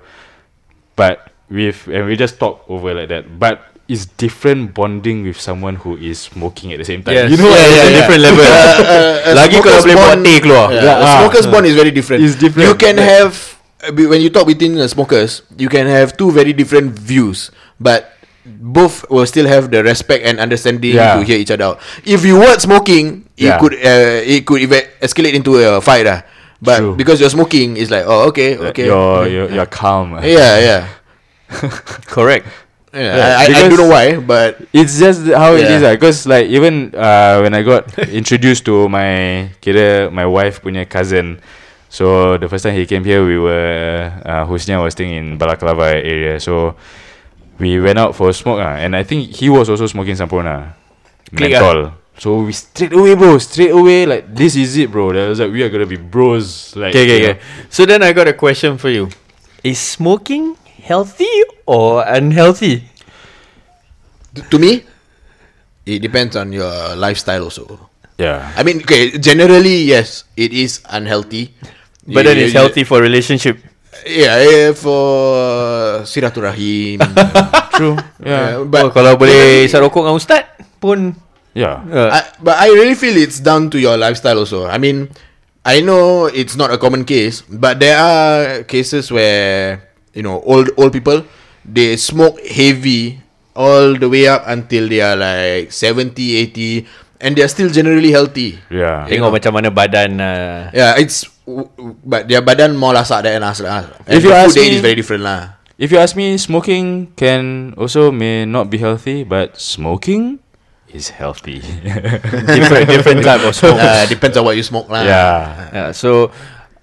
[SPEAKER 1] But with and we just talk over like that. But it's different bonding with someone who is smoking at the same time.
[SPEAKER 2] Yes.
[SPEAKER 1] You know,
[SPEAKER 2] Yeah,
[SPEAKER 1] what I mean?
[SPEAKER 2] yeah, yeah. Different *laughs* level.
[SPEAKER 3] Uh,
[SPEAKER 1] *laughs*
[SPEAKER 2] Lagi kalau boleh buat teh keluar.
[SPEAKER 1] Yeah, ah.
[SPEAKER 3] Smokers bond is very different.
[SPEAKER 1] It's different.
[SPEAKER 3] You can
[SPEAKER 1] Like-
[SPEAKER 3] have uh, be- when you talk between the smokers, you can have two very different views, but both will still have the respect and understanding
[SPEAKER 1] Yeah.
[SPEAKER 3] to hear each other out. If you were smoking, it
[SPEAKER 1] Yeah.
[SPEAKER 3] could uh, it could eva- escalate into a fight, ah. But
[SPEAKER 1] True.
[SPEAKER 3] because you're smoking, it's like oh okay okay.
[SPEAKER 1] You're, you're, you're calm. *laughs*
[SPEAKER 3] yeah yeah.
[SPEAKER 2] correct.
[SPEAKER 1] Yeah,
[SPEAKER 3] Yeah, I, I, I
[SPEAKER 1] because-
[SPEAKER 3] don't know why, but
[SPEAKER 1] It's just th- how it
[SPEAKER 3] Yeah.
[SPEAKER 1] is lah. Cause like even uh, when I
[SPEAKER 2] *laughs*
[SPEAKER 1] got introduced to my kira my wife punya cousin. So the first time he came here, we were uh, Husnia was staying in Balaclava area. So we went out for a smoke ah, and I think he was also smoking sampona
[SPEAKER 2] Click ah.
[SPEAKER 1] menthol. So we straight away, bro, straight away like this is it, bro. That was like we are gonna be bros. Like
[SPEAKER 2] Okay, okay,
[SPEAKER 1] you
[SPEAKER 2] okay. So then I got a question for you. Is smoking healthy or unhealthy?
[SPEAKER 3] t- to me, it depends on your lifestyle also.
[SPEAKER 1] know. Yeah.
[SPEAKER 3] I mean, okay, generally, yes, it is
[SPEAKER 2] *laughs*
[SPEAKER 3] unhealthy.
[SPEAKER 2] But then
[SPEAKER 3] You-
[SPEAKER 2] it's
[SPEAKER 3] you-
[SPEAKER 2] healthy for relationship.
[SPEAKER 3] Yeah, eh, for
[SPEAKER 2] *laughs*
[SPEAKER 3] silaturahim.
[SPEAKER 1] True.
[SPEAKER 3] yeah,
[SPEAKER 1] Yeah.
[SPEAKER 2] But oh,
[SPEAKER 3] but
[SPEAKER 2] kalau boleh isap rokok dengan ustaz pun
[SPEAKER 1] Yeah.
[SPEAKER 2] uh,
[SPEAKER 3] I, but I really feel it's down to your lifestyle also. I mean, I know it's not a common case, but there are cases where you know old old people they smoke heavy all the way up until they are like 70, 80 and they are still generally healthy.
[SPEAKER 1] Yeah.
[SPEAKER 2] Tengok macam mana badan uh,
[SPEAKER 3] Yeah, it's w- w- but their badan more lasak than us lah. And
[SPEAKER 1] If you
[SPEAKER 3] the
[SPEAKER 1] ask
[SPEAKER 3] food they
[SPEAKER 1] me-
[SPEAKER 3] eat is very different lah.
[SPEAKER 1] If you ask me, smoking can also may not be healthy, but smoking is healthy. *laughs*
[SPEAKER 2] different different type of smoke.
[SPEAKER 3] Uh, depends on what you smoke lah.
[SPEAKER 1] yeah.
[SPEAKER 2] Yeah, so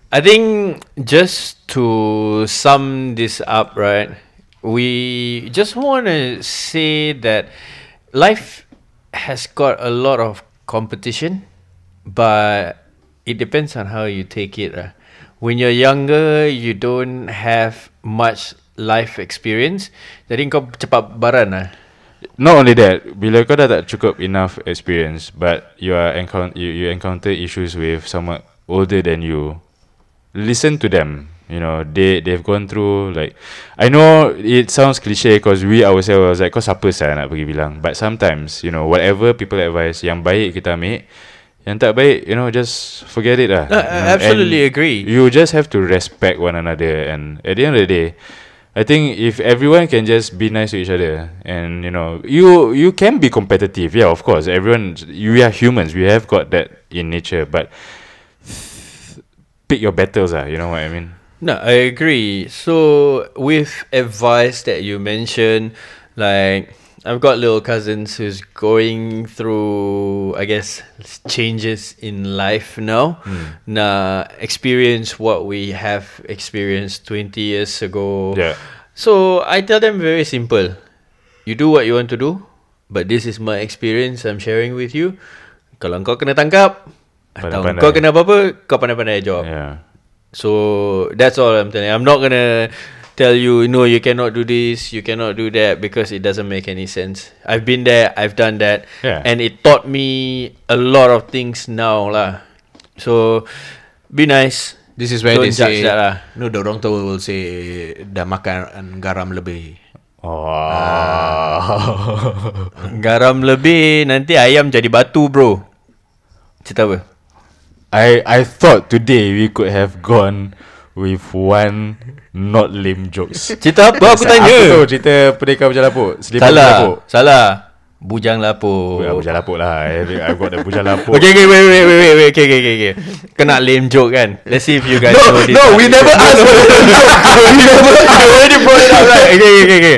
[SPEAKER 2] I think just to sum this up, right? We just want to say that life has got a lot of competition, but it depends on how you take it. ah. When you're younger, you don't have much life experience. Jadi kau cepat baran lah.
[SPEAKER 1] Not only that, bila kau dah tak cukup enough experience, but you are encount- you, you encounter issues with someone older than you. Listen to them. You know, they they've gone through like I know it sounds cliche because we ourselves was like kau siapa saya nak pergi bilang. But sometimes, you know, whatever people advise yang baik kita ambil, yang tak baik, you know, just forget it lah.
[SPEAKER 2] No, I
[SPEAKER 1] You know,
[SPEAKER 2] absolutely
[SPEAKER 1] and
[SPEAKER 2] agree.
[SPEAKER 1] You just have to respect one another and at the end of the day, I think if everyone can just be nice to each other and you know, you you can be competitive. Yeah, of course. Everyone you are humans. We have got that in nature, but pick your battles, ah, you know what I mean?
[SPEAKER 2] No, I agree. So with advice that you mentioned, like I've got little cousins who's going through, I guess, changes in life now.
[SPEAKER 1] Hmm.
[SPEAKER 2] Nah, experience what we have experienced twenty years ago.
[SPEAKER 1] Yeah.
[SPEAKER 2] So I tell them very simple: you do what you want to do, but this is my experience I'm sharing with you. Kalau kau kena tangkap, atau
[SPEAKER 1] Pandai-pandai.
[SPEAKER 2] kau kena apa-apa, kau pandai-pandai jawab.
[SPEAKER 1] Yeah.
[SPEAKER 2] So that's all I'm telling. I'm not gonna tell you no, you cannot do this, you cannot do that because it doesn't make any sense. I've been there, I've done that,
[SPEAKER 1] Yeah.
[SPEAKER 2] and it taught me a lot of things now lah. So be nice.
[SPEAKER 3] This is where
[SPEAKER 2] Don't
[SPEAKER 3] they say
[SPEAKER 2] judge that lah.
[SPEAKER 3] No, the orang tua will say dah makan garam lebih.
[SPEAKER 1] Oh.
[SPEAKER 2] Garam lebih nanti ayam jadi batu bro. Cerita apa?
[SPEAKER 1] I I thought today we could have gone with one not lame *laughs* jokes.
[SPEAKER 2] Cerita
[SPEAKER 3] Oh,
[SPEAKER 2] apa aku
[SPEAKER 1] Apa
[SPEAKER 2] tanya?
[SPEAKER 1] tu cerita Pendekar Bujang Lapuk? Selipar Bujang
[SPEAKER 2] Salah.
[SPEAKER 3] lah.
[SPEAKER 1] Lapuk?
[SPEAKER 2] Salah. Bujang lapuk.
[SPEAKER 1] Bukan Bujang Lapuk lah. I, I've got the Bujang Lapuk.
[SPEAKER 2] Okay, okay, wait, wait, wait, wait, wait, okay, okay, okay, okay. Kena lame joke kan? Let's see if you guys know this.
[SPEAKER 1] no, we never asked for the
[SPEAKER 2] *laughs*
[SPEAKER 1] We never I already brought it up
[SPEAKER 2] okay, okay, okay, okay.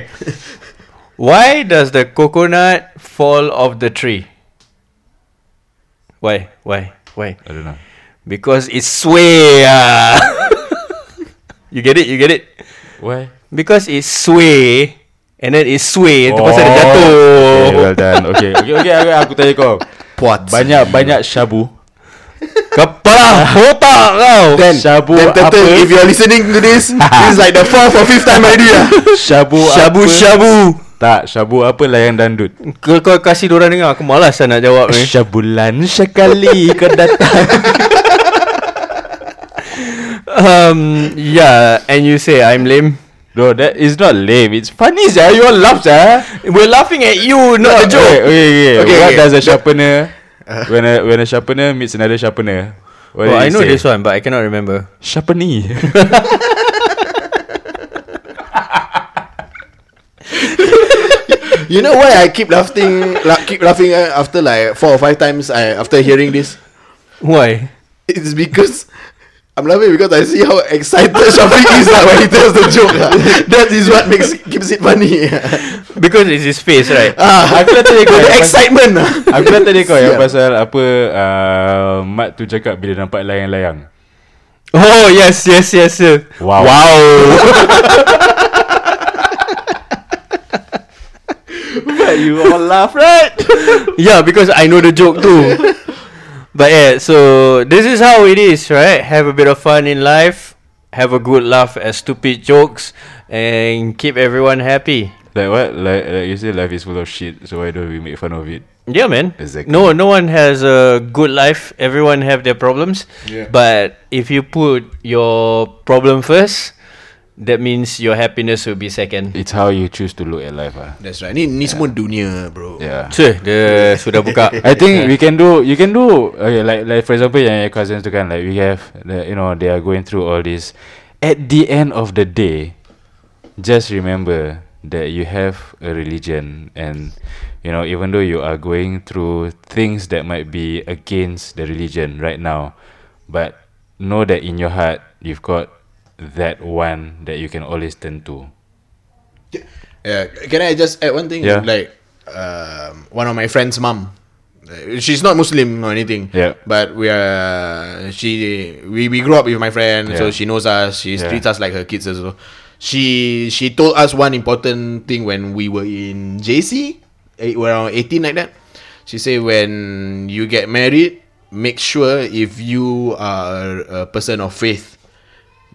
[SPEAKER 2] Why does the coconut fall off the tree? Why? Why? Why?
[SPEAKER 1] I don't know.
[SPEAKER 2] Because it's sway. ah. *laughs* you get it? You get it?
[SPEAKER 1] Why?
[SPEAKER 2] Because it's sway. And then it's sway. Itu pasal dia
[SPEAKER 1] Oh, Okay,
[SPEAKER 2] jatuh.
[SPEAKER 1] well done. Okay, *laughs* okay, okay, okay, aku tanya kau.
[SPEAKER 3] Puat.
[SPEAKER 1] Banyak-banyak syabu.
[SPEAKER 2] Kepala otak kau.
[SPEAKER 1] Then, syabu
[SPEAKER 3] Then
[SPEAKER 1] apa?
[SPEAKER 3] turtle, if you're listening to this, this is like the fourth or fifth time already
[SPEAKER 1] *laughs*
[SPEAKER 3] lah.
[SPEAKER 1] Syabu, apa?
[SPEAKER 2] Shabu-shabu.
[SPEAKER 1] Tak, syabu apa layang dandut?
[SPEAKER 2] Kau, kau kasih diorang dengar Aku malas lah nak jawab
[SPEAKER 1] Eh?
[SPEAKER 2] ni
[SPEAKER 1] Syabulan sekali kau datang.
[SPEAKER 2] *laughs* um, Yeah And you say I'm lame
[SPEAKER 1] No, that is not lame. It's funny, sir. You all laugh, sir.
[SPEAKER 2] We're laughing at you Not the
[SPEAKER 1] Okay,
[SPEAKER 2] joke
[SPEAKER 1] okay, okay.
[SPEAKER 3] Okay,
[SPEAKER 1] What
[SPEAKER 3] okay.
[SPEAKER 1] does a sharpener when a when a sharpener meets another sharpener? What did
[SPEAKER 2] Well, Oh, I
[SPEAKER 1] it
[SPEAKER 2] know
[SPEAKER 1] say?
[SPEAKER 2] this one But I cannot remember
[SPEAKER 1] Sharpeny.
[SPEAKER 3] You know why I keep laughing, la- keep laughing uh, after like four or five times I, after hearing this?
[SPEAKER 2] Why?
[SPEAKER 3] It's because I'm laughing because I see how excited Shafiq is like, when he tells the *laughs* joke. lah. That is what makes keeps it funny.
[SPEAKER 2] Because it's his face *laughs* right
[SPEAKER 3] ah,
[SPEAKER 1] aku dah
[SPEAKER 3] *laughs*
[SPEAKER 1] tanya kau. *laughs*
[SPEAKER 3] the
[SPEAKER 1] yang pas-
[SPEAKER 3] excitement. lah.
[SPEAKER 1] Aku dah tanya kau yang
[SPEAKER 3] Sial.
[SPEAKER 1] pasal apa uh, mak tu cakap bila nampak layang-layang.
[SPEAKER 2] Oh yes yes yes yes.
[SPEAKER 1] Wow.
[SPEAKER 2] Wow
[SPEAKER 1] *laughs* But you all laugh, right?
[SPEAKER 2] *laughs* Yeah because I know the joke too
[SPEAKER 1] *laughs*
[SPEAKER 2] But yeah so This is how it is right Have a bit of fun in life Have a good laugh at stupid jokes And keep everyone happy
[SPEAKER 1] Like what? Like, like you say life is full of shit, so why don't we make fun of it?
[SPEAKER 2] Yeah, man.
[SPEAKER 1] Exactly.
[SPEAKER 2] No, no one has a good life. Everyone have their problems.
[SPEAKER 3] Yeah.
[SPEAKER 2] But if you put your problem first, that means your happiness will be second.
[SPEAKER 1] It's how you choose to look at life, ah.
[SPEAKER 3] That's right. Ni, ni semua dunia, bro.
[SPEAKER 1] Yeah.
[SPEAKER 2] Cuh, dia sudah buka.
[SPEAKER 1] *laughs* I think we can do you can do okay like like for example yang your cousins tu kan like we have the, you know they are going through all this at the end of the day just remember that you have a religion and you know, even though you are going through things that might be against the religion right now, but know that in your heart you've got that one that you can always turn to.
[SPEAKER 3] Yeah. Can I just add one thing?
[SPEAKER 1] Yeah.
[SPEAKER 3] Like, um, one of my friend's mom. Uh, She's not Muslim or anything.
[SPEAKER 1] Yeah.
[SPEAKER 3] But we are. She we, we grew up with my friend, so
[SPEAKER 1] Yeah.
[SPEAKER 3] she knows us. She
[SPEAKER 1] Yeah.
[SPEAKER 3] treats us like her kids as well. She she told us one important thing when we were in JC, eh, we were around eighteen like that. She said when you get married, make sure if you are a person of faith,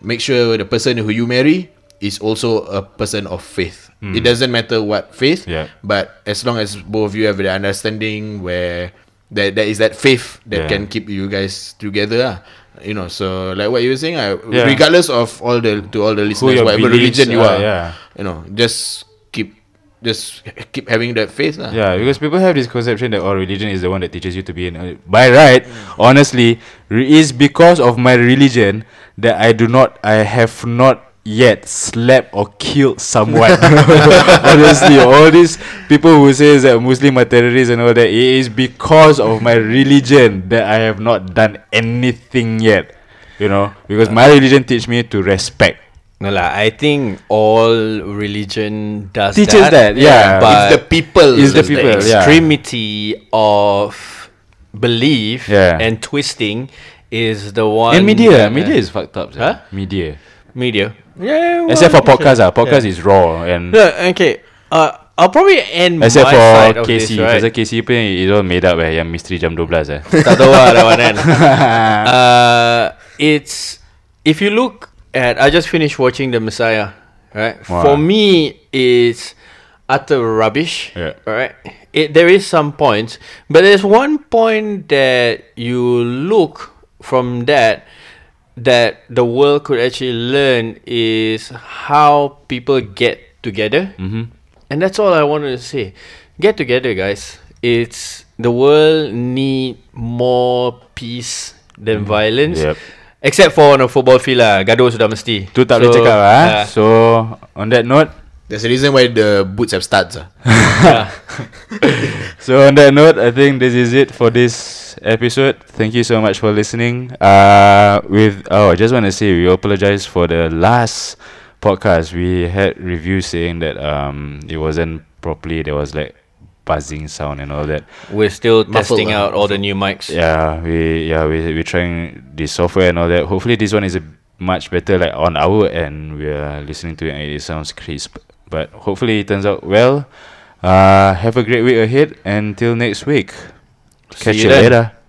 [SPEAKER 3] make sure the person who you marry is also a person of faith. It doesn't matter what faith,
[SPEAKER 1] Hmm. Yeah.
[SPEAKER 3] but as long as both of you have the understanding where there, there is that faith that
[SPEAKER 1] Yeah.
[SPEAKER 3] can keep you guys together. ah. You know, so like what you were saying, ah,
[SPEAKER 1] Yeah.
[SPEAKER 3] regardless of all the to all the listeners,
[SPEAKER 1] your
[SPEAKER 3] whatever
[SPEAKER 1] beliefs
[SPEAKER 3] religion you
[SPEAKER 1] are,
[SPEAKER 3] are,
[SPEAKER 1] yeah.
[SPEAKER 3] you know, just keep just keep having that faith. ah. lah.
[SPEAKER 1] Yeah, because people have this conception that all religion is the one that teaches you to be an. uh, By right, honestly, re- is because of my religion that I do not, I have not yet slapped or killed someone. *laughs* honestly, all these people who says that Muslim are terrorists and all that, it is because of my religion that I have not done anything yet. You know, because my religion teach me to respect.
[SPEAKER 2] No lah, I think all religion does
[SPEAKER 1] Teaches that, yeah.
[SPEAKER 2] but
[SPEAKER 3] It's the people.
[SPEAKER 1] Uh, It's the
[SPEAKER 3] that's
[SPEAKER 1] people,
[SPEAKER 2] the
[SPEAKER 1] yeah.
[SPEAKER 2] extremity of belief
[SPEAKER 1] Yeah.
[SPEAKER 2] and twisting is the one.
[SPEAKER 1] And media,
[SPEAKER 2] that-
[SPEAKER 1] media is fucked up. Huh?
[SPEAKER 2] Huh?
[SPEAKER 1] Media.
[SPEAKER 2] media. Yeah, well,
[SPEAKER 1] Except for
[SPEAKER 2] okay.
[SPEAKER 1] podcast, ah, podcast is raw and
[SPEAKER 2] No, okay. Uh, I'll probably end
[SPEAKER 1] Except
[SPEAKER 2] my side
[SPEAKER 1] for
[SPEAKER 2] of
[SPEAKER 1] KC
[SPEAKER 2] this, right?
[SPEAKER 1] Pasal KC pun It all made up eh Yang misteri jam
[SPEAKER 2] *laughs*
[SPEAKER 1] 12 eh
[SPEAKER 2] Tak tahu lah that one kan uh, It's If you look at I just finished watching The Messiah Right
[SPEAKER 1] Wow.
[SPEAKER 2] For me It's Utter rubbish
[SPEAKER 1] Yeah.
[SPEAKER 2] Alright it, There is some points But there's one point That you look From that That the world could actually learn Is How people get together
[SPEAKER 1] Mm-hmm.
[SPEAKER 2] and that's all I wanted to say. Get together, guys. It's the world need more peace than violence.
[SPEAKER 1] Mm-hmm. Yep.
[SPEAKER 2] Except for on a football field lah, gaduh sudah mesti.
[SPEAKER 1] Tu tak boleh
[SPEAKER 2] So,
[SPEAKER 1] cakap lah eh.
[SPEAKER 2] ah,
[SPEAKER 1] So On that note
[SPEAKER 3] There's a reason why the boots have studs. ah.
[SPEAKER 2] ah.
[SPEAKER 1] So on that note I think this is it For this episode Thank you so much for listening uh, With Oh I just want to say We apologize for the last Podcast We had reviews saying that um, It wasn't properly There was like Buzzing sound and all that
[SPEAKER 2] We're still
[SPEAKER 3] Muffled
[SPEAKER 2] testing out
[SPEAKER 3] lah,
[SPEAKER 2] all the new mics.
[SPEAKER 1] Yeah, we yeah we we trying the software and all that. Hopefully this one is a much better. Like on our end, we are listening to it and it sounds crisp. But hopefully it turns out well. Uh, have a great week ahead. Until next week. Catch
[SPEAKER 2] you
[SPEAKER 1] you
[SPEAKER 2] then.
[SPEAKER 1] later.